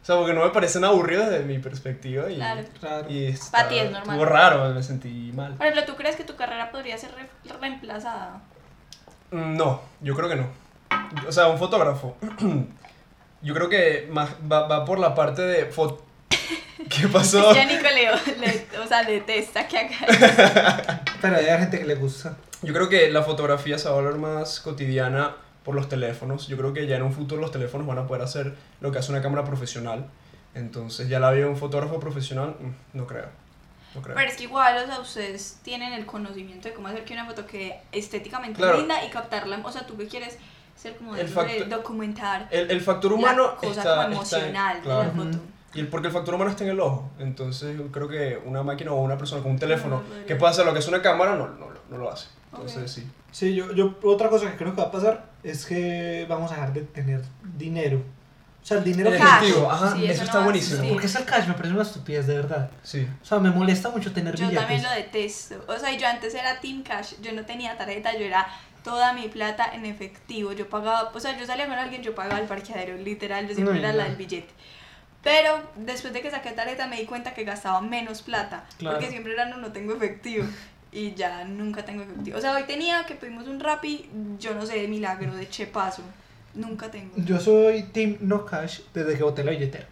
[SPEAKER 1] O sea, porque no me parecen aburridos desde mi perspectiva y,
[SPEAKER 3] Claro.
[SPEAKER 2] Claro.
[SPEAKER 1] y
[SPEAKER 3] Pa' ti es
[SPEAKER 1] está-
[SPEAKER 3] normal.
[SPEAKER 1] estuvo raro, me sentí mal.
[SPEAKER 3] Por ejemplo, ¿tú crees que tu carrera podría ser re- reemplazada?
[SPEAKER 1] No, Mm, yo creo que no. o sea, un
[SPEAKER 3] [clears throat]
[SPEAKER 1] fotógrafo, yo creo que más va, va por la parte de... fo-
[SPEAKER 3] [laughs]
[SPEAKER 1] ¿Qué pasó?
[SPEAKER 3] Ya Nico le, le- o sea, detesta que haga
[SPEAKER 2] Pero hay gente que le gusta.
[SPEAKER 1] Yo creo que la fotografía se va a volver más cotidiana por los teléfonos. Yo creo que ya en un futuro los teléfonos van a poder hacer lo que hace una cámara profesional. Entonces ya la veo un fotógrafo profesional, mm, no creo. No creo.
[SPEAKER 3] Pero es que igual, o sea, ustedes tienen el conocimiento de cómo hacer que una foto quede estéticamente
[SPEAKER 1] Claro.
[SPEAKER 3] linda y captarla. O sea, tú que quieres ser como de,
[SPEAKER 1] El
[SPEAKER 3] eso de
[SPEAKER 1] factor-
[SPEAKER 3] documentar
[SPEAKER 1] El, el factor humano
[SPEAKER 3] la cosa
[SPEAKER 1] está,
[SPEAKER 3] como
[SPEAKER 1] está en-
[SPEAKER 3] emocional
[SPEAKER 1] claro.
[SPEAKER 3] de la foto.
[SPEAKER 2] Ujú.
[SPEAKER 1] Y el, porque el factor humano está en el ojo. Entonces yo creo que una máquina o una persona con un teléfono
[SPEAKER 3] No, no,
[SPEAKER 1] que
[SPEAKER 3] no.
[SPEAKER 1] pueda hacer lo que hace una cámara no, no, no lo hace. Entonces
[SPEAKER 3] Ok.
[SPEAKER 1] sí.
[SPEAKER 2] Sí, yo, yo otra cosa que creo que va a pasar es que vamos a dejar de tener dinero. O sea, el dinero
[SPEAKER 1] El
[SPEAKER 2] que...
[SPEAKER 3] Cash.
[SPEAKER 1] efectivo, ajá,
[SPEAKER 3] Sí,
[SPEAKER 1] eso,
[SPEAKER 3] eso no
[SPEAKER 1] está
[SPEAKER 3] va a
[SPEAKER 1] buenísimo.
[SPEAKER 3] existir.
[SPEAKER 2] Porque es el cash, me parece una estupidez, de verdad.
[SPEAKER 1] [laughs] Sí.
[SPEAKER 2] O sea, me molesta mucho tener
[SPEAKER 3] Yo
[SPEAKER 2] billetes.
[SPEAKER 3] también lo detesto. O sea, yo antes era Team Cash, yo no tenía tarjeta, yo era toda mi plata en efectivo. Yo pagaba, o sea, yo salía con alguien, yo pagaba el parqueadero, literal, yo siempre
[SPEAKER 2] No,
[SPEAKER 3] era
[SPEAKER 2] no.
[SPEAKER 3] la del billete. Pero después de que saqué tarjeta me di cuenta que gastaba menos plata,
[SPEAKER 2] Claro.
[SPEAKER 3] porque siempre era no, no tengo efectivo. Y ya nunca tengo efectivo. O sea, hoy tenía que pedimos un rapi, yo no sé, de milagro, de chepazo. Nunca tengo.
[SPEAKER 2] Yo soy team no cash desde que boté la billetera.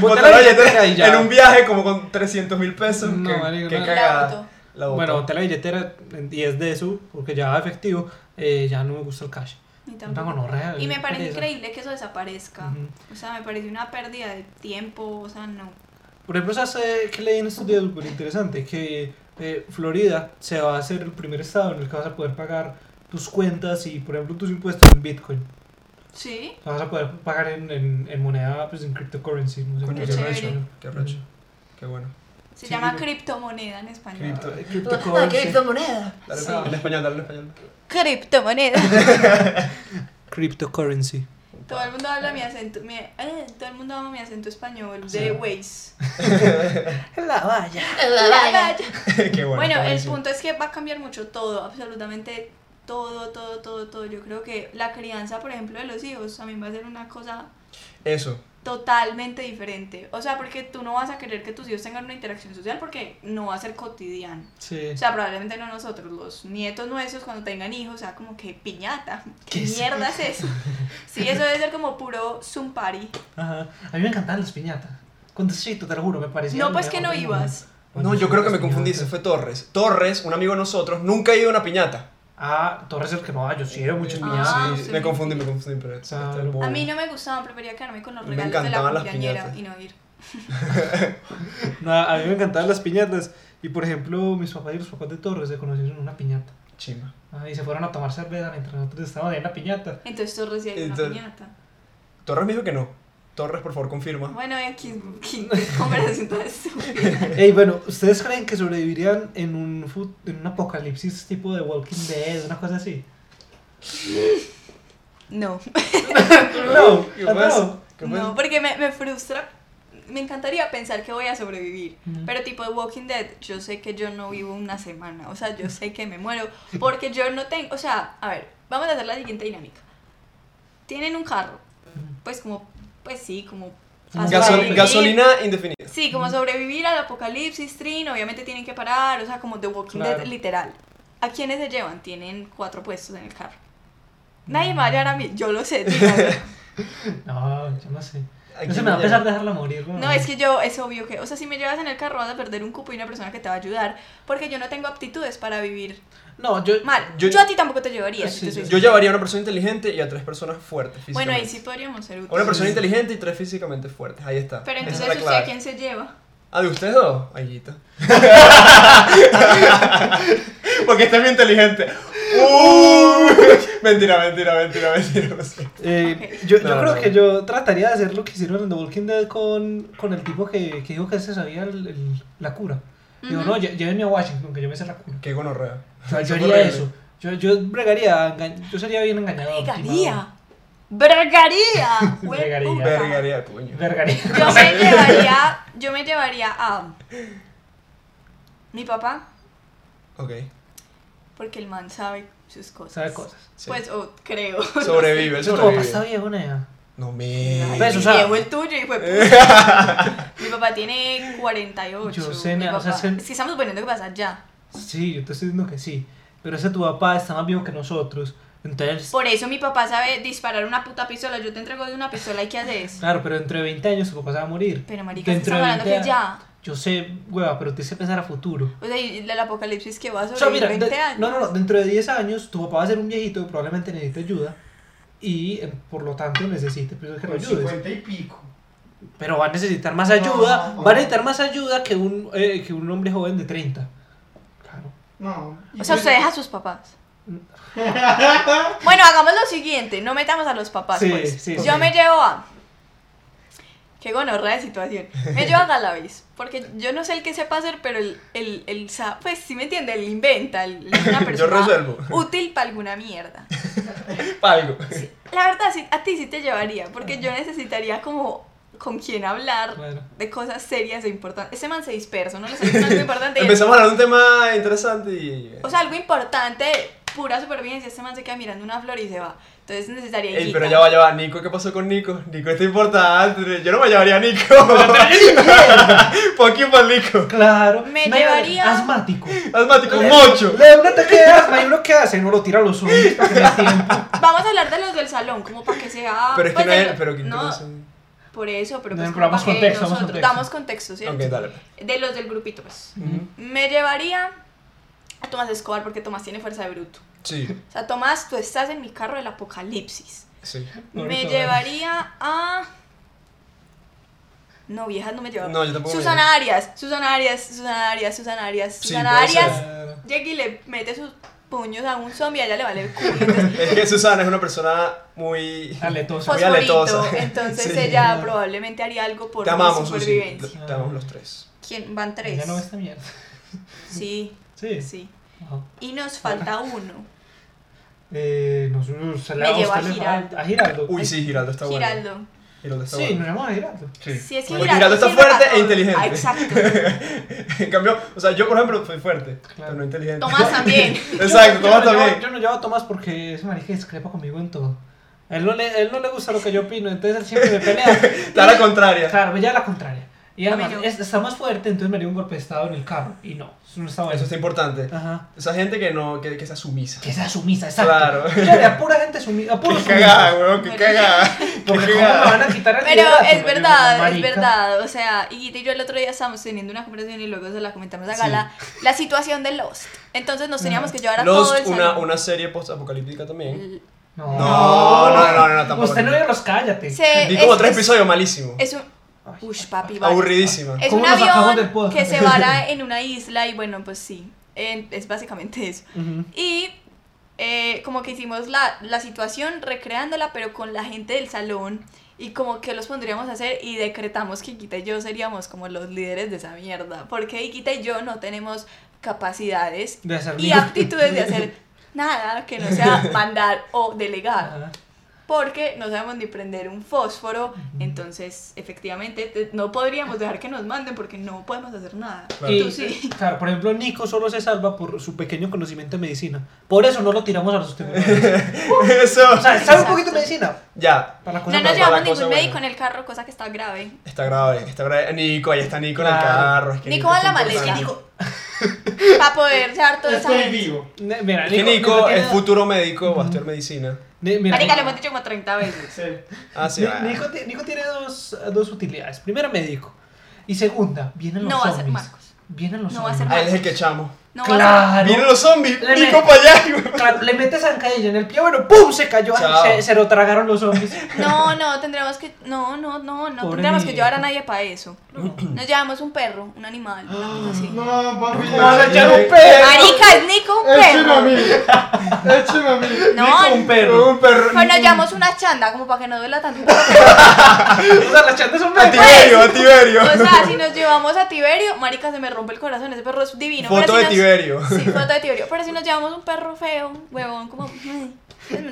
[SPEAKER 1] Botar la billetera en un viaje como con 300 mil pesos.
[SPEAKER 2] No,
[SPEAKER 1] qué,
[SPEAKER 2] marico,
[SPEAKER 1] qué
[SPEAKER 2] no.
[SPEAKER 1] cagada.
[SPEAKER 3] La botó.
[SPEAKER 1] La botó.
[SPEAKER 2] Bueno, boté la billetera y es de eso, porque ya efectivo, eh, ya no me gusta el cash.
[SPEAKER 3] Ni
[SPEAKER 2] Una
[SPEAKER 3] tampoco.
[SPEAKER 2] gonorrea.
[SPEAKER 3] Y me parece
[SPEAKER 2] pereza.
[SPEAKER 3] increíble que eso desaparezca.
[SPEAKER 2] Ujú.
[SPEAKER 3] O sea, me parece una pérdida de tiempo, o sea, no.
[SPEAKER 2] Por ejemplo, ¿sabes eh, que leí en estos días súper interesante? Que eh, Florida se va a hacer el primer estado en el que vas a poder pagar tus cuentas y, por ejemplo, tus impuestos en Bitcoin.
[SPEAKER 3] Sí.
[SPEAKER 2] O sea, vas a poder pagar en, en, en moneda, pues en cryptocurrency. No sé
[SPEAKER 1] Coño,
[SPEAKER 2] cómo
[SPEAKER 1] qué
[SPEAKER 2] se llama
[SPEAKER 3] chévere.
[SPEAKER 2] eso.
[SPEAKER 1] recho, qué recho, qué bueno.
[SPEAKER 3] Se
[SPEAKER 2] Sí,
[SPEAKER 3] llama
[SPEAKER 2] yo-
[SPEAKER 3] criptomoneda en español.
[SPEAKER 1] Cripto.
[SPEAKER 2] Ah, Cryptocurrency.
[SPEAKER 1] Dale pues.
[SPEAKER 3] Sí.
[SPEAKER 1] en español, dale en español.
[SPEAKER 3] Criptomoneda.
[SPEAKER 2] Cryptocurrency.
[SPEAKER 3] todo el mundo habla mi acento, mi- eh, todo el mundo ama mi acento español
[SPEAKER 2] Sí.
[SPEAKER 3] de Waze.
[SPEAKER 2] La valla.
[SPEAKER 1] [laughs] Qué bueno.
[SPEAKER 3] Bueno, el
[SPEAKER 1] buenísimo.
[SPEAKER 3] punto es que va a cambiar mucho todo, absolutamente todo, todo, todo, todo. Yo creo que la crianza, por ejemplo, de los hijos también va a ser una cosa
[SPEAKER 1] Eso.
[SPEAKER 3] totalmente diferente. O sea, porque tú no vas a querer que tus hijos tengan una interacción social porque no va a ser cotidiano.
[SPEAKER 2] Sí.
[SPEAKER 3] O sea, probablemente no nosotros, los nietos nuestros cuando tengan hijos, o sea, como que piñata, ¿qué,
[SPEAKER 2] ¿Qué es
[SPEAKER 3] mierda es eso? Sí, eso debe ser como puro Zoom party.
[SPEAKER 2] Ajá. A mí me encantaban las piñatas. Con chito, te lo juro, me parecía.
[SPEAKER 3] No,
[SPEAKER 2] lo
[SPEAKER 3] pues que no
[SPEAKER 2] mejor del mundo.
[SPEAKER 3] ibas.
[SPEAKER 1] No, yo creo que me
[SPEAKER 2] Las
[SPEAKER 1] confundí,
[SPEAKER 2] piñatas.
[SPEAKER 1] se fue Torres. Torres, un amigo de nosotros, nunca ha ido a una piñata.
[SPEAKER 2] Ah, Torres el que no, ah, yo sí era mucho
[SPEAKER 1] Eh,
[SPEAKER 2] piñatas.
[SPEAKER 3] Ah,
[SPEAKER 1] sí,
[SPEAKER 3] sí.
[SPEAKER 1] me confundí, me confundí, pero este
[SPEAKER 2] Claro.
[SPEAKER 1] está el bobo.
[SPEAKER 3] A mí no me gustaban, prefería quedarme con los
[SPEAKER 1] Me
[SPEAKER 3] regalos de la
[SPEAKER 1] encantaban las
[SPEAKER 3] cumpleañera
[SPEAKER 1] piñatas.
[SPEAKER 3] y no ir.
[SPEAKER 2] No, a mí me encantaban las piñatas. Y por ejemplo, mis papás y los papás de Torres se conocieron en una piñata.
[SPEAKER 1] Chimba.
[SPEAKER 2] Ah, y se fueron a tomar cerveza mientras nosotros estábamos ahí en la
[SPEAKER 1] [laughs]
[SPEAKER 2] piñata.
[SPEAKER 3] Entonces tú recibías una
[SPEAKER 1] Entonces-
[SPEAKER 3] piñata.
[SPEAKER 1] Torres me dijo que no. Torres, por favor, confirma.
[SPEAKER 3] Bueno, aquí, aquí conversación toda estúpida.
[SPEAKER 2] Ey, bueno, ¿ustedes creen que sobrevivirían en un, fu- en un apocalipsis tipo de Walking Dead, una cosa así?
[SPEAKER 3] No,
[SPEAKER 2] No,
[SPEAKER 1] ¿Qué
[SPEAKER 2] ah,
[SPEAKER 1] pasa?
[SPEAKER 2] no.
[SPEAKER 1] ¿Qué
[SPEAKER 3] no,
[SPEAKER 1] pasa?
[SPEAKER 3] porque me, me frustra. Me encantaría pensar que voy a sobrevivir.
[SPEAKER 2] Ujú.
[SPEAKER 3] Pero tipo de Walking Dead, yo sé que yo no vivo una semana. O sea, yo sé que me muero. Porque yo no tengo... O sea, a ver, vamos a hacer la siguiente dinámica. Tienen un carro. Pues como... Pues sí, como...
[SPEAKER 2] Como
[SPEAKER 3] para
[SPEAKER 1] Gasol-
[SPEAKER 2] Ay,
[SPEAKER 3] sobrevivir.
[SPEAKER 1] gasolina indefinida.
[SPEAKER 3] Sí, como sobrevivir al apocalipsis, Trin, obviamente tienen que parar, o sea, como The Walking
[SPEAKER 2] Claro.
[SPEAKER 3] Dead, literal. ¿A quiénes se llevan? Tienen cuatro puestos en el carro. Nadie
[SPEAKER 2] Mm.
[SPEAKER 3] me va a llevar a mí, yo lo sé.
[SPEAKER 2] [laughs]
[SPEAKER 3] díganlo.
[SPEAKER 2] No, yo no sé.
[SPEAKER 1] Aquí
[SPEAKER 2] No se me va a
[SPEAKER 1] ya-
[SPEAKER 2] pesar dejarla morir.
[SPEAKER 3] No, es que yo, es obvio que, o sea, si me llevas en el carro vas a perder un cupo y una persona que te va a ayudar, porque yo no tengo aptitudes para vivir
[SPEAKER 2] No, yo...
[SPEAKER 3] mal.
[SPEAKER 1] Yo- Ah,
[SPEAKER 3] Yo, a ti tampoco te llevaría. si
[SPEAKER 2] Sí,
[SPEAKER 3] te soy
[SPEAKER 1] Yo llevaría a una persona inteligente y a tres personas fuertes
[SPEAKER 3] sincera. bueno,
[SPEAKER 1] físicamente.
[SPEAKER 3] ahí sí podríamos ser
[SPEAKER 1] A una
[SPEAKER 3] útiles.
[SPEAKER 1] persona inteligente y tres físicamente fuertes. Ahí está.
[SPEAKER 3] Pero
[SPEAKER 1] Esa es
[SPEAKER 3] entonces,
[SPEAKER 1] la
[SPEAKER 3] ¿usted
[SPEAKER 1] clave.
[SPEAKER 3] a quién se lleva?
[SPEAKER 1] Ah, ¿de ustedes dos? Ayita. [laughs] Porque este es bien inteligente. Uy. [laughs] mentira, mentira, mentira, mentira. no sé.
[SPEAKER 2] Eh, yo, yo
[SPEAKER 1] No,
[SPEAKER 2] creo
[SPEAKER 1] no.
[SPEAKER 2] que yo trataría de hacer lo que hicieron en The Walking Dead con, con el tipo que, que dijo que se sabía el- el- la cura. Digo,
[SPEAKER 3] Ujú.
[SPEAKER 2] no, lle- llévenme a Washington, que yo me sé la cura.
[SPEAKER 1] Qué gonorrea.
[SPEAKER 2] O sea, yo
[SPEAKER 1] Eso fue
[SPEAKER 2] haría
[SPEAKER 1] horrible.
[SPEAKER 2] eso. Yo, yo bregaría, enga- yo sería bien engañador.
[SPEAKER 3] Bregaría. Bregaría.
[SPEAKER 2] [laughs]
[SPEAKER 3] Hue-
[SPEAKER 2] Bregaría.
[SPEAKER 3] puta.
[SPEAKER 1] Vergaría, coño.
[SPEAKER 2] timado. Bregaría.
[SPEAKER 3] [laughs] Yo
[SPEAKER 1] [laughs]
[SPEAKER 3] me llevaría, yo me llevaría a mi papá,
[SPEAKER 1] Ok.
[SPEAKER 3] porque el man sabe sus cosas.
[SPEAKER 2] [laughs] Sabe cosas.
[SPEAKER 1] sí.
[SPEAKER 3] Pues, o creo.
[SPEAKER 1] sobrevive, él
[SPEAKER 2] Eso tu papá está
[SPEAKER 1] sobrevive.
[SPEAKER 2] viejo, nea.
[SPEAKER 1] No
[SPEAKER 3] Ay,
[SPEAKER 1] me.
[SPEAKER 2] Pues, o
[SPEAKER 3] mi
[SPEAKER 2] sea- eh.
[SPEAKER 3] viejo el tuyo, hijo de puta. Mi papá tiene 48.
[SPEAKER 2] Yo sé,
[SPEAKER 3] mi
[SPEAKER 2] nea, o sea,
[SPEAKER 3] papá-
[SPEAKER 2] es que-
[SPEAKER 3] Es que estamos poniendo que pasa ya.
[SPEAKER 2] Sí, yo te estoy diciendo que sí. Pero ese tu papá está más viejo que nosotros. Entonces,
[SPEAKER 3] Por eso mi papá sabe disparar una puta pistola. Yo te entrego de una pistola y ¿qué haces?
[SPEAKER 2] claro, pero dentro de 20 años su papá se va a morir.
[SPEAKER 3] Pero marica,
[SPEAKER 2] Dentro
[SPEAKER 3] estás
[SPEAKER 2] de
[SPEAKER 3] hablando
[SPEAKER 2] 20
[SPEAKER 3] que ya.
[SPEAKER 2] Yo sé, hueva, pero tienes que pensar a futuro.
[SPEAKER 3] O sea, y el apocalipsis que va a
[SPEAKER 2] O sea,
[SPEAKER 3] sobrevivir
[SPEAKER 2] mira,
[SPEAKER 3] 20
[SPEAKER 2] de-
[SPEAKER 3] años.
[SPEAKER 2] no, no, no, dentro de 10 años tu papá va a ser un viejito que probablemente necesite ayuda y eh, por lo tanto necesite pues, que lo
[SPEAKER 5] Con
[SPEAKER 2] ayudes.
[SPEAKER 5] 50 y pico.
[SPEAKER 2] Pero va a necesitar más
[SPEAKER 5] No,
[SPEAKER 2] ayuda,
[SPEAKER 5] no, no.
[SPEAKER 2] va a necesitar más ayuda que un, eh, que un hombre joven de 30. Claro.
[SPEAKER 5] No. y
[SPEAKER 3] O sea,
[SPEAKER 5] pues-
[SPEAKER 3] usted deja a sus papás.
[SPEAKER 5] [laughs]
[SPEAKER 3] Bueno, hagamos lo siguiente, no metamos a los papás,
[SPEAKER 2] Sí,
[SPEAKER 3] pues.
[SPEAKER 2] sí,
[SPEAKER 3] Yo
[SPEAKER 2] sí.
[SPEAKER 3] me llevo a... Qué gonorra de situación. Me llevo a Galavis, porque yo no sé el que sepa hacer, pero el, el, el sa- pues sí me entiende, él inventa, él
[SPEAKER 1] [laughs]
[SPEAKER 3] es una persona
[SPEAKER 1] resuelvo.
[SPEAKER 3] útil para alguna mierda.
[SPEAKER 1] Pa' algo.
[SPEAKER 3] La verdad, sí, a ti sí te llevaría, porque yo necesitaría como con quién hablar
[SPEAKER 2] Claro.
[SPEAKER 3] de cosas serias e importantes. Ese man se dispersa, no le sale
[SPEAKER 1] [laughs]
[SPEAKER 3] algo importante. y él-
[SPEAKER 1] Empezamos a hablar de un tema interesante y...
[SPEAKER 3] o sea, algo importante, pura supervivencia, este man se queda mirando una flor y se va. Entonces necesitaría...
[SPEAKER 1] Ey,
[SPEAKER 3] higuita.
[SPEAKER 1] eh, pero ya va, ya va. Nico, ¿qué pasó con Nico? Nico está importante. Yo no me llevaría a Nico. [laughs] Poquito para Nico.
[SPEAKER 2] Claro.
[SPEAKER 3] Me
[SPEAKER 2] Nada,
[SPEAKER 3] llevaría-
[SPEAKER 2] Asmático.
[SPEAKER 1] Asmático,
[SPEAKER 2] Le-
[SPEAKER 1] mocho.
[SPEAKER 2] Le da un ataque de asma y uno que hace, no lo tira a los zombies para que le tiempo.
[SPEAKER 3] Vamos a hablar de los del salón, como para que sea.
[SPEAKER 1] [laughs] Pero es que
[SPEAKER 3] pues,
[SPEAKER 1] no
[SPEAKER 3] de
[SPEAKER 1] hay...
[SPEAKER 3] lo-
[SPEAKER 1] Pero que
[SPEAKER 3] no, por eso, pero
[SPEAKER 2] No, pero
[SPEAKER 3] pues como
[SPEAKER 2] damos
[SPEAKER 3] para que
[SPEAKER 2] contexto, damos
[SPEAKER 3] nosotros
[SPEAKER 2] contexto.
[SPEAKER 3] damos contexto, ¿cierto?
[SPEAKER 1] Ok, dale.
[SPEAKER 3] De los del grupito, pues. Me llevaría a Tomás Escobar porque Tomás tiene fuerza de bruto.
[SPEAKER 1] Sí,
[SPEAKER 3] O sea, Tomás, tú estás en mi carro del apocalipsis. [laughs]
[SPEAKER 1] sí.
[SPEAKER 2] Pobre
[SPEAKER 3] [laughs] me
[SPEAKER 2] Tomás.
[SPEAKER 3] llevaría a. No, viejas no me llevaría.
[SPEAKER 1] No, yo tampoco me
[SPEAKER 3] Susana Arias, Susana Arias, Susana Arias, Susana Arias,
[SPEAKER 1] Sí,
[SPEAKER 3] Susana
[SPEAKER 1] puede ser.
[SPEAKER 3] Arias. Llega y le mete sus puños a un zombie, a ella le vale el culo.
[SPEAKER 1] Es que Susana es una persona muy...
[SPEAKER 2] Aletosa.
[SPEAKER 1] Pues- Muy
[SPEAKER 3] fosforito,
[SPEAKER 1] aletosa. [laughs]
[SPEAKER 3] entonces
[SPEAKER 1] Sí.
[SPEAKER 3] ella probablemente haría algo por
[SPEAKER 1] Te
[SPEAKER 3] mi
[SPEAKER 1] amamos, Susi.
[SPEAKER 3] supervivencia.
[SPEAKER 1] Te amamos los tres.
[SPEAKER 3] ¿Quién? Van tres.
[SPEAKER 2] Ya no esta mierda.
[SPEAKER 3] Sí,
[SPEAKER 2] Sí.
[SPEAKER 3] sí.
[SPEAKER 2] Ajá.
[SPEAKER 3] Y nos falta uno.
[SPEAKER 2] Eh, nos, nos se le
[SPEAKER 3] Me
[SPEAKER 2] va
[SPEAKER 3] llevo a
[SPEAKER 2] usted le va-
[SPEAKER 3] Giraldo.
[SPEAKER 2] A Giraldo.
[SPEAKER 1] Uy, sí, Giraldo está bueno.
[SPEAKER 3] Giraldo.
[SPEAKER 1] Giraldo está
[SPEAKER 2] Sí,
[SPEAKER 1] bueno.
[SPEAKER 2] nos llamamos a Giraldo.
[SPEAKER 1] Sí.
[SPEAKER 3] Si es que
[SPEAKER 1] Porque
[SPEAKER 3] Giraldo
[SPEAKER 1] está
[SPEAKER 3] sirve para
[SPEAKER 1] fuerte
[SPEAKER 3] todo.
[SPEAKER 1] e inteligente.
[SPEAKER 3] Ah,
[SPEAKER 1] [laughs]
[SPEAKER 3] exacto.
[SPEAKER 1] en cambio, o sea, yo por ejemplo soy fuerte, pero no inteligente.
[SPEAKER 3] Tomás también.
[SPEAKER 1] [laughs] Exacto,
[SPEAKER 2] Yo
[SPEAKER 1] Tomás
[SPEAKER 2] no llevo-
[SPEAKER 1] también.
[SPEAKER 2] Yo no llevo a Tomás porque ese marica discrepa conmigo en todo. A Él no, le, él no le gusta lo que yo opino, entonces él siempre me
[SPEAKER 1] [laughs]
[SPEAKER 2] pelea.
[SPEAKER 1] Está la contraria.
[SPEAKER 2] Claro, me lleva la contraria. Y
[SPEAKER 3] A mí
[SPEAKER 2] además,
[SPEAKER 3] no.
[SPEAKER 2] es- está más fuerte, entonces me dio un golpe de estado en el carro. Y no, eso no está bueno.
[SPEAKER 1] Eso está importante.
[SPEAKER 2] Ajá.
[SPEAKER 1] Esa gente que no, que, que sea sumisa.
[SPEAKER 2] Que sea sumisa, exacto.
[SPEAKER 1] Claro.
[SPEAKER 2] Claro, a pura gente sumisa, a puros
[SPEAKER 1] Qué cagada,
[SPEAKER 2] sumisos.
[SPEAKER 1] weón, qué [laughs]
[SPEAKER 3] Bueno.
[SPEAKER 1] cagada.
[SPEAKER 2] Porque
[SPEAKER 1] Qué
[SPEAKER 2] cómo me
[SPEAKER 1] cagada.
[SPEAKER 2] van a quitar el
[SPEAKER 3] Pero
[SPEAKER 2] liderato,
[SPEAKER 3] es
[SPEAKER 2] marica,
[SPEAKER 3] verdad, es
[SPEAKER 2] marica.
[SPEAKER 3] verdad. O sea, Higuita y yo el otro día estábamos teniendo una conversación y luego se la comentamos a Gala. La situación de Lost. Entonces nos teníamos que llevar a todo el
[SPEAKER 1] Lost, una,
[SPEAKER 3] salón.
[SPEAKER 1] una serie post-apocalíptica también.
[SPEAKER 3] L-
[SPEAKER 2] No,
[SPEAKER 1] No, no, no, no, tampoco.
[SPEAKER 2] Usted no vio los cállate.
[SPEAKER 3] se-
[SPEAKER 1] Vi como
[SPEAKER 3] Eh, es-
[SPEAKER 1] tres
[SPEAKER 3] es-
[SPEAKER 1] episodios malísimo.
[SPEAKER 3] Es un.
[SPEAKER 2] Ay,
[SPEAKER 3] Ush, papi, vale.
[SPEAKER 1] Aburridísima.
[SPEAKER 3] Es
[SPEAKER 2] ¿Cómo
[SPEAKER 3] un
[SPEAKER 2] nos sacamos del
[SPEAKER 3] avión
[SPEAKER 2] podcast?
[SPEAKER 3] que
[SPEAKER 2] [laughs]
[SPEAKER 3] se vara en una isla y bueno, pues sí, en- es básicamente eso.
[SPEAKER 2] Ujú.
[SPEAKER 3] Y eh, como que hicimos la, la situación recreándola, pero con la gente del salón y como que los pondríamos a hacer y decretamos que Iquita y yo seríamos como los líderes de esa mierda, porque Iquita y yo no tenemos capacidades
[SPEAKER 2] De hacer
[SPEAKER 3] y
[SPEAKER 2] amigos.
[SPEAKER 3] aptitudes de
[SPEAKER 2] [laughs]
[SPEAKER 3] hacer nada que no sea mandar o delegar
[SPEAKER 2] Ajá.
[SPEAKER 3] porque no sabemos ni prender un fósforo, entonces efectivamente te- no podríamos dejar que nos manden porque no podemos hacer nada.
[SPEAKER 1] Claro.
[SPEAKER 2] Y,
[SPEAKER 3] Tú sí.
[SPEAKER 2] Claro, por ejemplo, Nico solo se salva por su pequeño conocimiento de medicina. Por eso no lo tiramos a
[SPEAKER 3] [laughs]
[SPEAKER 2] los tiburones.
[SPEAKER 1] [laughs] Eso.
[SPEAKER 2] O sea, sabe un
[SPEAKER 3] Exacto.
[SPEAKER 2] poquito de medicina.
[SPEAKER 1] Ya.
[SPEAKER 2] Para la cosa
[SPEAKER 1] para
[SPEAKER 2] para-
[SPEAKER 3] No nos
[SPEAKER 1] la
[SPEAKER 3] llevamos
[SPEAKER 1] cosa
[SPEAKER 3] ningún
[SPEAKER 1] buena.
[SPEAKER 3] médico en el carro, cosa que está grave.
[SPEAKER 1] Está grave, está grave. Nico, ahí está Nico en el
[SPEAKER 2] Claro.
[SPEAKER 1] carro. es que
[SPEAKER 3] Nico va en la
[SPEAKER 1] está
[SPEAKER 3] maleta.
[SPEAKER 1] importante.
[SPEAKER 2] Nico-
[SPEAKER 3] [laughs] Para poder llevar toda esa
[SPEAKER 5] Estoy
[SPEAKER 3] gente.
[SPEAKER 5] vivo.
[SPEAKER 2] Ne- Mira,
[SPEAKER 1] Es que Nico es futuro médico, va a estudiar medicina.
[SPEAKER 2] Ne- mira,
[SPEAKER 3] Marica, lo hemos dicho como 30 veces.
[SPEAKER 5] Sí.
[SPEAKER 1] Ah, sí,
[SPEAKER 2] Ni-
[SPEAKER 1] va.
[SPEAKER 2] Nico, ti- Nico tiene dos, dos utilidades. Primera, médico. Y segunda, vienen los
[SPEAKER 3] No va a
[SPEAKER 2] zombies.
[SPEAKER 3] ser Marcos.
[SPEAKER 2] Vienen los
[SPEAKER 3] No va a
[SPEAKER 2] zombies.
[SPEAKER 3] ser
[SPEAKER 1] Ah, él es el que echamos.
[SPEAKER 3] No va a ser-
[SPEAKER 2] Claro.
[SPEAKER 1] Vienen los zombies,
[SPEAKER 2] Le
[SPEAKER 1] Nico
[SPEAKER 2] met-
[SPEAKER 1] para allá. [laughs] güey.
[SPEAKER 2] Claro, le metes zancadilla en el pie, bueno, ¡pum! Se cayó. Ay,
[SPEAKER 1] Chao.
[SPEAKER 2] Se, se lo tragaron los zombies.
[SPEAKER 3] No, no, tendríamos que. No, no, no, no.
[SPEAKER 2] Pobre
[SPEAKER 3] tendríamos que
[SPEAKER 2] Nico.
[SPEAKER 3] llevar a nadie para eso. Nos llevamos un perro, un animal, una cosa
[SPEAKER 5] [gasps]
[SPEAKER 3] así.
[SPEAKER 5] No, papi.
[SPEAKER 1] ¿Cómo vas a echar un
[SPEAKER 5] perro?
[SPEAKER 3] Marica, es Nico un
[SPEAKER 5] Écheme a mí.
[SPEAKER 3] perro.
[SPEAKER 5] Écheme a mí.
[SPEAKER 3] No,
[SPEAKER 2] un perro.
[SPEAKER 1] Un perro.
[SPEAKER 3] pero nos llevamos una chanda como para que no duela tanto.
[SPEAKER 2] o sea, las chantas son
[SPEAKER 3] pues,
[SPEAKER 1] A
[SPEAKER 2] una...
[SPEAKER 1] Tiberio, a Tiberio.
[SPEAKER 3] O sea, si nos llevamos a Tiberio, marica, se me rompe el corazón, ese perro es divino. pero
[SPEAKER 1] Foto
[SPEAKER 3] si
[SPEAKER 1] de
[SPEAKER 3] nos-
[SPEAKER 1] Tiberio. [laughs]
[SPEAKER 3] Sí, foto de Tiberio. Pero si nos llevamos un perro feo, huevón, como... ay,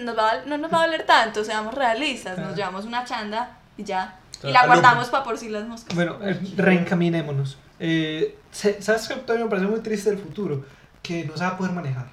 [SPEAKER 3] nos va a- no nos va a doler tanto, seamos realistas. Nos llevamos una chanda y ya. Y la
[SPEAKER 1] Al
[SPEAKER 3] guardamos para por si las moscas.
[SPEAKER 2] Bueno, eh, reencaminémonos. Eh, se- ¿Sabes qué todavía me parece muy triste del futuro? Que no se va a poder manejar.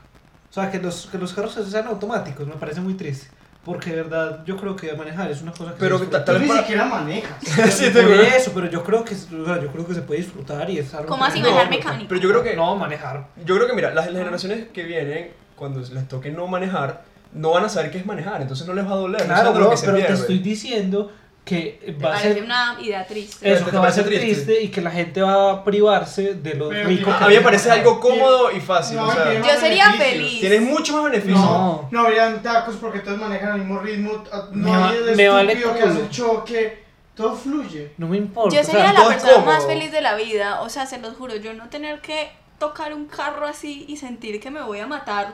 [SPEAKER 2] O sea, que los, que los carros sean automáticos, me parece muy triste. Porque, de verdad, yo creo que manejar es una cosa que...
[SPEAKER 1] Pero
[SPEAKER 2] se
[SPEAKER 1] ta-
[SPEAKER 2] disfruta.
[SPEAKER 5] Tú
[SPEAKER 1] tal
[SPEAKER 5] ni
[SPEAKER 1] vez para-
[SPEAKER 5] siquiera manejas.
[SPEAKER 2] [laughs]
[SPEAKER 1] Sí, te
[SPEAKER 2] Por
[SPEAKER 1] juro.
[SPEAKER 2] eso, pero yo creo que, o sea, yo creo que se puede disfrutar y es algo
[SPEAKER 3] ¿Cómo
[SPEAKER 2] que-
[SPEAKER 3] así
[SPEAKER 2] No,
[SPEAKER 3] manejar
[SPEAKER 2] pero-
[SPEAKER 3] mecánico?
[SPEAKER 1] Pero yo creo que
[SPEAKER 2] No, manejar.
[SPEAKER 1] Yo creo que, mira, las, las generaciones que vienen, cuando les toque no manejar, no van a saber qué es manejar, entonces no les va a doler. no
[SPEAKER 2] Claro,
[SPEAKER 1] saben de lo
[SPEAKER 2] bro,
[SPEAKER 1] que se
[SPEAKER 2] pero te
[SPEAKER 1] pierde.
[SPEAKER 2] estoy diciendo que
[SPEAKER 3] Me
[SPEAKER 2] va a
[SPEAKER 3] parece
[SPEAKER 2] ser
[SPEAKER 3] una idea triste.
[SPEAKER 2] eso,
[SPEAKER 1] ¿Te
[SPEAKER 2] que va a
[SPEAKER 1] parece
[SPEAKER 2] ser
[SPEAKER 1] triste?
[SPEAKER 2] triste? y que la gente va a privarse de lo
[SPEAKER 5] Pero
[SPEAKER 2] rico
[SPEAKER 5] mira,
[SPEAKER 2] que
[SPEAKER 1] A mí me
[SPEAKER 2] tiene.
[SPEAKER 1] parece algo cómodo y fácil.
[SPEAKER 5] No,
[SPEAKER 1] o sea,
[SPEAKER 5] tiene
[SPEAKER 3] Yo sería
[SPEAKER 5] beneficios.
[SPEAKER 3] feliz.
[SPEAKER 1] tienes muchos más beneficios.
[SPEAKER 2] No.
[SPEAKER 5] No habrían tacos porque todos manejan al mismo ritmo. a-
[SPEAKER 2] Me
[SPEAKER 5] No
[SPEAKER 2] va-
[SPEAKER 5] hay el
[SPEAKER 2] me vale
[SPEAKER 5] estúpido que hace
[SPEAKER 2] culo.
[SPEAKER 5] el choque. Todo fluye.
[SPEAKER 2] No me importa.
[SPEAKER 3] Yo
[SPEAKER 2] o sea,
[SPEAKER 3] sería la
[SPEAKER 1] todo es
[SPEAKER 3] persona
[SPEAKER 1] cómodo.
[SPEAKER 3] más feliz de la vida, o sea, se los juro, yo no tener que tocar un carro así y sentir que me voy a matar,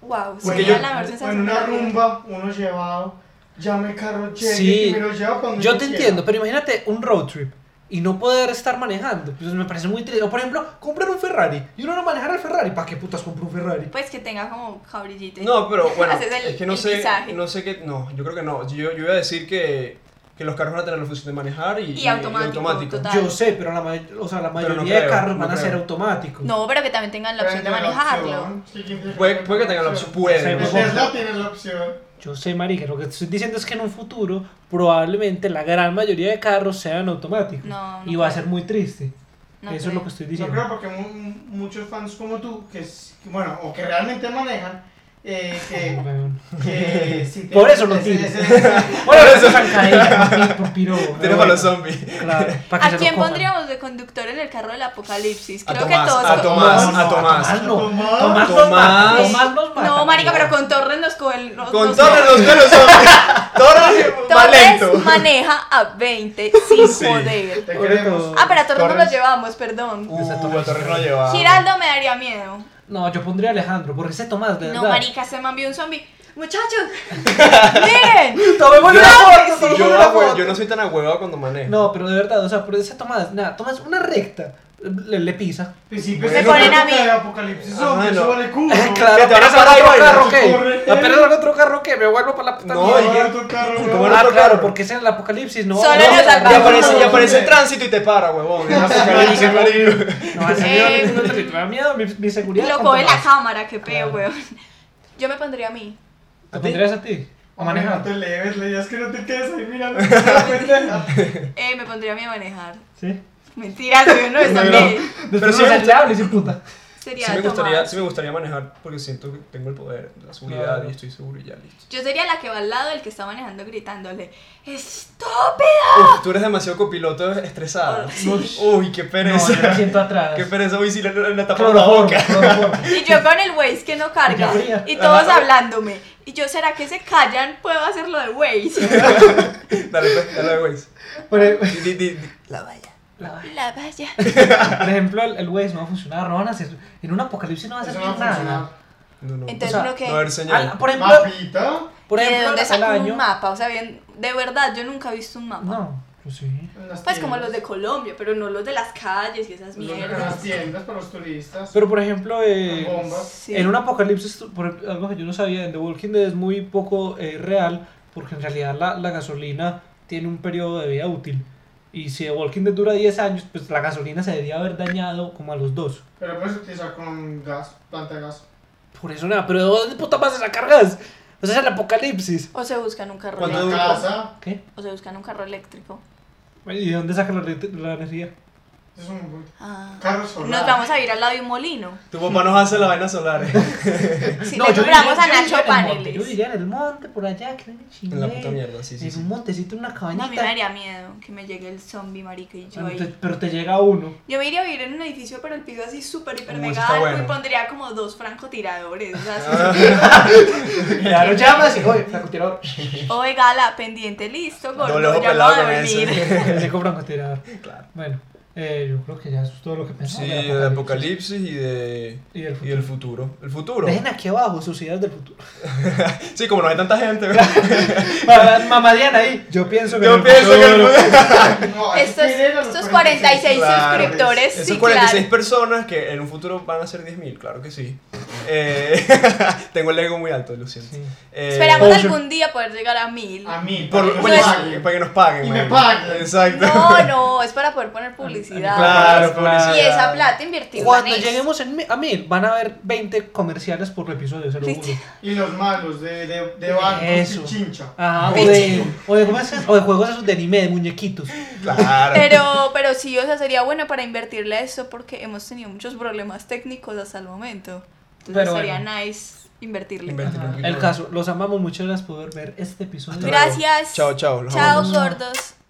[SPEAKER 3] wow,
[SPEAKER 1] Porque
[SPEAKER 3] sería
[SPEAKER 1] yo-
[SPEAKER 3] la mejor
[SPEAKER 5] o
[SPEAKER 3] sensación
[SPEAKER 5] en
[SPEAKER 3] de
[SPEAKER 5] una
[SPEAKER 3] la vida.
[SPEAKER 5] rumba, uno llevado. Llame el carro, llegue
[SPEAKER 2] Sí.
[SPEAKER 5] y me lo lleva cuando
[SPEAKER 2] Yo te
[SPEAKER 5] quiera.
[SPEAKER 2] entiendo, pero imagínate un road trip y no poder estar manejando. Pues me parece muy triste. O por ejemplo, comprar un Ferrari y uno no manejar el Ferrari. ¿Para qué putas compro un Ferrari?
[SPEAKER 3] Pues que tenga como cabrillito. y-
[SPEAKER 1] No, pero bueno,
[SPEAKER 3] Haces el-
[SPEAKER 1] es que no
[SPEAKER 3] el
[SPEAKER 1] sé,
[SPEAKER 3] pisaje.
[SPEAKER 1] no sé qué, no, yo creo que no. Yo, yo iba a decir que, que los carros van a tener la función de manejar y,
[SPEAKER 3] Y automático, total.
[SPEAKER 2] Yo sé, pero la, ma- o sea, la mayoría
[SPEAKER 1] no
[SPEAKER 2] de
[SPEAKER 1] creo,
[SPEAKER 2] carros
[SPEAKER 1] no
[SPEAKER 2] van a
[SPEAKER 1] creo.
[SPEAKER 2] ser automáticos.
[SPEAKER 3] No, pero que también tengan la
[SPEAKER 5] Pero
[SPEAKER 3] opción de
[SPEAKER 5] tiene la
[SPEAKER 3] manejarlo.
[SPEAKER 5] opción. Sí, tiene
[SPEAKER 1] Puede, puede que tengan la opción, puede.
[SPEAKER 2] Sí,
[SPEAKER 1] no
[SPEAKER 5] El
[SPEAKER 1] sé.
[SPEAKER 2] pues,
[SPEAKER 5] Tesla tiene la opción.
[SPEAKER 2] Yo sé, marica, lo que te estoy diciendo es que en un futuro probablemente la gran mayoría de carros sean automáticos.
[SPEAKER 3] No, no
[SPEAKER 2] y va a
[SPEAKER 3] creo.
[SPEAKER 2] ser muy triste.
[SPEAKER 3] No
[SPEAKER 2] Eso es
[SPEAKER 3] creo.
[SPEAKER 2] lo que estoy
[SPEAKER 5] Yo
[SPEAKER 2] diciendo.
[SPEAKER 5] creo porque mu- muchos fans como tú, que, s- que, bueno, o que realmente manejan, eh,
[SPEAKER 2] [laughs]
[SPEAKER 5] que,
[SPEAKER 2] Weón. [laughs]
[SPEAKER 5] que si te-
[SPEAKER 2] Por eso lo
[SPEAKER 5] ese-
[SPEAKER 2] tiro.
[SPEAKER 5] ese- ese-
[SPEAKER 2] [laughs] Por eso se
[SPEAKER 1] [laughs]
[SPEAKER 2] han caído, por piro,
[SPEAKER 1] Tienes
[SPEAKER 2] weón.
[SPEAKER 1] para los zombies.
[SPEAKER 2] Claro, para que se
[SPEAKER 3] ¿A
[SPEAKER 2] lo
[SPEAKER 3] quién
[SPEAKER 2] coman.
[SPEAKER 3] pondríamos de conductor en el carro del apocalipsis?
[SPEAKER 1] A
[SPEAKER 3] Creo que
[SPEAKER 1] Tomás,
[SPEAKER 3] todos.
[SPEAKER 1] a
[SPEAKER 3] co-
[SPEAKER 1] Tomás,
[SPEAKER 2] No, no,
[SPEAKER 1] a Tomás.
[SPEAKER 2] Tomás no.
[SPEAKER 5] Tomás.
[SPEAKER 2] Tomás nos
[SPEAKER 1] Tomás.
[SPEAKER 2] mata, Tomás nos mata.
[SPEAKER 3] No, marica, pero con Torres nos coge el- nos-
[SPEAKER 1] Con
[SPEAKER 3] nos-
[SPEAKER 1] Torres los de los zombies. Torres va lento.
[SPEAKER 3] Torres maneja a
[SPEAKER 2] [laughs]
[SPEAKER 3] 20 sin
[SPEAKER 1] Sí.
[SPEAKER 3] joder.
[SPEAKER 5] Te queremos.
[SPEAKER 3] Ah, pero a Torres, no
[SPEAKER 1] Torres.
[SPEAKER 3] lo llevamos, perdón.
[SPEAKER 1] Uh, a Torres no llevaba.
[SPEAKER 3] Giraldo me daría miedo.
[SPEAKER 2] No, yo pondría a Alejandro, porque ese Tomás, de
[SPEAKER 3] No,
[SPEAKER 2] verdad.
[SPEAKER 3] marica, se me envió un zombie. Muchachos, [laughs] miren.
[SPEAKER 2] Tomemos
[SPEAKER 1] Yo,
[SPEAKER 2] una foto, tomemos
[SPEAKER 1] yo,
[SPEAKER 2] una
[SPEAKER 1] agüe-
[SPEAKER 2] foto.
[SPEAKER 1] yo no soy tan ahuevado cuando manejo.
[SPEAKER 2] No, pero de verdad, o sea, pero ese Tomás, nada, Tomás una recta, le, le pisa.
[SPEAKER 5] Principios
[SPEAKER 1] Me
[SPEAKER 5] de
[SPEAKER 3] ponen
[SPEAKER 5] época
[SPEAKER 3] a mí.
[SPEAKER 5] de
[SPEAKER 2] Ah,
[SPEAKER 5] apocalipsis
[SPEAKER 1] Ajá,
[SPEAKER 5] zombie,
[SPEAKER 1] no.
[SPEAKER 5] eso
[SPEAKER 2] [laughs]
[SPEAKER 5] vale
[SPEAKER 1] [laughs]
[SPEAKER 5] culo.
[SPEAKER 1] Que te van a parar
[SPEAKER 2] apenas
[SPEAKER 1] y
[SPEAKER 2] haga otro
[SPEAKER 1] bailar.
[SPEAKER 2] carro, ¿qué?
[SPEAKER 5] Corre.
[SPEAKER 2] Apenas haga otro carro, ¿qué? Me vuelvo para la puta
[SPEAKER 1] No,
[SPEAKER 2] mierda.
[SPEAKER 1] y-
[SPEAKER 5] Ahora tu carro,
[SPEAKER 1] Puta,
[SPEAKER 5] weón.
[SPEAKER 1] bueno,
[SPEAKER 2] Ah,
[SPEAKER 1] otro
[SPEAKER 2] claro,
[SPEAKER 1] carro.
[SPEAKER 2] porque es en el apocalipsis, no.
[SPEAKER 3] Solo
[SPEAKER 2] no,
[SPEAKER 3] nos
[SPEAKER 1] Y
[SPEAKER 3] salvamos. Eh,
[SPEAKER 1] aparece, y aparece el tránsito y te para, huevón. Es apocalipsis, marico.
[SPEAKER 2] No, ese
[SPEAKER 3] Eh.
[SPEAKER 2] miedo, no te- me da miedo, mi, mi seguridad.
[SPEAKER 3] Lo
[SPEAKER 2] con
[SPEAKER 3] coge la
[SPEAKER 2] Tomás.
[SPEAKER 3] cámara, qué peo,
[SPEAKER 2] Claro.
[SPEAKER 3] weón. Yo me pondría a mí.
[SPEAKER 2] ¿Te pondrías a ti? ¿A
[SPEAKER 5] Hombre,
[SPEAKER 2] manejar?
[SPEAKER 5] No te leves, le digas que no te quedes ahí
[SPEAKER 2] [laughs]
[SPEAKER 5] mirando. la pendeja.
[SPEAKER 3] Eh, me pondría a mí a manejar.
[SPEAKER 2] Sí.
[SPEAKER 3] Mentira, yo no es también.
[SPEAKER 2] Pero
[SPEAKER 1] sí
[SPEAKER 2] si
[SPEAKER 1] me
[SPEAKER 2] es
[SPEAKER 1] gusta-
[SPEAKER 2] chable, sí, puta.
[SPEAKER 3] Sería
[SPEAKER 1] Sí me, gustaría,
[SPEAKER 3] Tomás.
[SPEAKER 1] sí me gustaría manejar porque siento que tengo el poder, la seguridad
[SPEAKER 2] Claro.
[SPEAKER 1] y estoy seguro y ya listo.
[SPEAKER 3] Yo sería la que va al lado del que está manejando gritándole ¡Stop!
[SPEAKER 1] Uf, tú eres demasiado copiloto estresada. Uy, qué
[SPEAKER 2] No,
[SPEAKER 1] pereza.
[SPEAKER 2] yo me
[SPEAKER 1] [laughs]
[SPEAKER 2] siento atrás.
[SPEAKER 1] Qué pereza, uy, si le, le, le tapamos la
[SPEAKER 2] Cloroformo,
[SPEAKER 1] boca. [laughs]
[SPEAKER 2] cloroformo.
[SPEAKER 3] Y yo con el Waze que no carga.
[SPEAKER 2] Ya fría.
[SPEAKER 3] Y todos hablándome. Y yo, ¿será que se callan? Puedo hacerlo de Waze.
[SPEAKER 1] Dale, pues, dale, güey.
[SPEAKER 2] Por e-
[SPEAKER 1] Di- di- di- di-
[SPEAKER 3] La valla.
[SPEAKER 2] la-
[SPEAKER 3] La valla.
[SPEAKER 2] Por ejemplo, el, el Waze no va a funcionar, no van a hacer, en un apocalipsis no va a
[SPEAKER 5] Eso
[SPEAKER 2] hacer
[SPEAKER 5] no va a funcionar.
[SPEAKER 2] nada.
[SPEAKER 1] No, no.
[SPEAKER 3] Entonces,
[SPEAKER 2] O sea,
[SPEAKER 3] ¿uno qué?
[SPEAKER 1] No va a haber señal.
[SPEAKER 2] Al- Ah, por ejemplo,
[SPEAKER 5] Mapita.
[SPEAKER 2] por
[SPEAKER 3] ¿Y de
[SPEAKER 2] ejemplo
[SPEAKER 3] dónde
[SPEAKER 2] al
[SPEAKER 3] sacan
[SPEAKER 2] año,
[SPEAKER 3] un mapa? O sea, bien, de verdad, yo nunca he visto un mapa.
[SPEAKER 2] no, pues sí.
[SPEAKER 5] en las
[SPEAKER 3] Pues como
[SPEAKER 5] tiendas.
[SPEAKER 3] los de Colombia, pero no los de las calles y esas
[SPEAKER 5] Los de las
[SPEAKER 3] mierdas.
[SPEAKER 5] tiendas para los turistas.
[SPEAKER 2] Pero por ejemplo, eh,
[SPEAKER 5] Las bombas.
[SPEAKER 3] Sí.
[SPEAKER 2] en un apocalipsis, tú- por ejemplo, algo que yo no sabía, en The Walking Dead es muy poco eh, real, porque en realidad la, la gasolina tiene un periodo de vida útil. Y si The Walking Dead dura 10 años, pues la gasolina se debería haber dañado como a los dos.
[SPEAKER 5] Pero puedes utilizar con gas, planta de gas.
[SPEAKER 2] Por eso nada, pero ¿de dónde puta vas a sacar gas? O sea, es el apocalipsis.
[SPEAKER 3] O se buscan un carro
[SPEAKER 1] ¿Cuánto
[SPEAKER 5] Una
[SPEAKER 1] dura?
[SPEAKER 3] eléctrico.
[SPEAKER 5] casa.
[SPEAKER 2] ¿Qué?
[SPEAKER 3] O se buscan un carro eléctrico.
[SPEAKER 2] ¿Y de dónde saca la, elect- la energía?
[SPEAKER 3] [laughs]
[SPEAKER 5] Es un
[SPEAKER 3] Ah.
[SPEAKER 5] carro solar.
[SPEAKER 3] Nos vamos a ir al lado de un molino.
[SPEAKER 1] Tu papá nos hace las vainas solares.
[SPEAKER 3] Si
[SPEAKER 2] No,
[SPEAKER 3] le
[SPEAKER 2] yo diría- yo
[SPEAKER 3] compramos
[SPEAKER 2] diría
[SPEAKER 3] a Nacho
[SPEAKER 2] en el monte, Yo
[SPEAKER 3] paneles.
[SPEAKER 2] diría en el monte, por allá, que no me chingue.
[SPEAKER 1] En la puta mierda, sí, sí.
[SPEAKER 2] En
[SPEAKER 1] sí.
[SPEAKER 2] un montecito, en una
[SPEAKER 3] No,
[SPEAKER 2] cabañita.
[SPEAKER 3] a mí me daría miedo que me llegue el zombie, marica, y yo
[SPEAKER 2] Bueno, te-
[SPEAKER 3] ahí.
[SPEAKER 2] pero te llega uno.
[SPEAKER 3] [laughs] Yo me iría a vivir en un edificio, pero el piso así súper, hiper,
[SPEAKER 1] Uh, eso
[SPEAKER 3] mega
[SPEAKER 1] está
[SPEAKER 3] alto y
[SPEAKER 1] bueno.
[SPEAKER 3] pondría como dos francotiradores. O sea, así,
[SPEAKER 2] Claro, llamas y oye, francotirador.
[SPEAKER 3] [laughs] Oiga, la pendiente, listo, gordo,
[SPEAKER 1] Doble ojo
[SPEAKER 3] ya no
[SPEAKER 1] pelado
[SPEAKER 3] va a
[SPEAKER 1] con eso.
[SPEAKER 3] dormir.
[SPEAKER 2] Se cobran francotirador.
[SPEAKER 1] Claro.
[SPEAKER 2] Bueno, eh, yo creo que ya eso es todo lo que pensaba.
[SPEAKER 1] Sí,
[SPEAKER 2] del
[SPEAKER 1] del apocalipsis y de.
[SPEAKER 2] Y del
[SPEAKER 1] Y
[SPEAKER 2] futuro.
[SPEAKER 1] del futuro. El futuro.
[SPEAKER 2] Dejen aquí abajo sociedades del futuro.
[SPEAKER 1] Sí, como no hay tanta gente.
[SPEAKER 2] Mamá, mamá Diana ahí. Yo pienso que. en
[SPEAKER 1] [laughs] Yo
[SPEAKER 2] el
[SPEAKER 1] pienso que.
[SPEAKER 2] futuro-
[SPEAKER 5] No, hay que
[SPEAKER 3] Estos,
[SPEAKER 5] querer a los
[SPEAKER 3] estos 46
[SPEAKER 1] Claro.
[SPEAKER 3] suscriptores, sí,
[SPEAKER 1] Esas 46
[SPEAKER 3] claro.
[SPEAKER 1] personas que en un futuro van a ser 10.000, claro que sí. Eh, [laughs] tengo el ego muy alto, lo siento.
[SPEAKER 2] Sí.
[SPEAKER 1] Eh,
[SPEAKER 3] [laughs] Esperamos
[SPEAKER 2] Ocean.
[SPEAKER 3] algún día poder llegar a mil.
[SPEAKER 5] A mí,
[SPEAKER 1] por-
[SPEAKER 5] para que
[SPEAKER 1] bueno,
[SPEAKER 5] me
[SPEAKER 1] sí,
[SPEAKER 5] paguen.
[SPEAKER 1] para que nos paguen.
[SPEAKER 5] Y me
[SPEAKER 1] man.
[SPEAKER 5] paguen.
[SPEAKER 1] Exacto.
[SPEAKER 3] No, no, es para poder poner publicidad.
[SPEAKER 1] Claro, publicidad.
[SPEAKER 3] Y esa plata invertirla
[SPEAKER 2] Cuando
[SPEAKER 3] en eso.
[SPEAKER 2] lleguemos en mi- a mil, van a haber 20 comerciales por episodio, se lo juro.
[SPEAKER 3] Sí.
[SPEAKER 5] Y los malos de, de, de bancos
[SPEAKER 2] Eso.
[SPEAKER 5] y chincha.
[SPEAKER 2] Ajá, Ah, o de, o, de, ¿cómo es eso? o de juegos esos de anime, de muñequitos.
[SPEAKER 1] [laughs] Claro. [laughs]
[SPEAKER 3] Pero, pero sí, o sea, sería bueno para invertirle a eso porque hemos tenido muchos problemas técnicos hasta el momento. Entonces
[SPEAKER 2] Pero
[SPEAKER 3] estaría nice invertirle.
[SPEAKER 1] Inver-
[SPEAKER 2] Ajá. El caso, los amamos mucho, gracias por ver este episodio.
[SPEAKER 1] Hasta luego.
[SPEAKER 3] Gracias.
[SPEAKER 4] Chao, chao. los
[SPEAKER 3] Chao,
[SPEAKER 4] amamos.
[SPEAKER 3] gordos.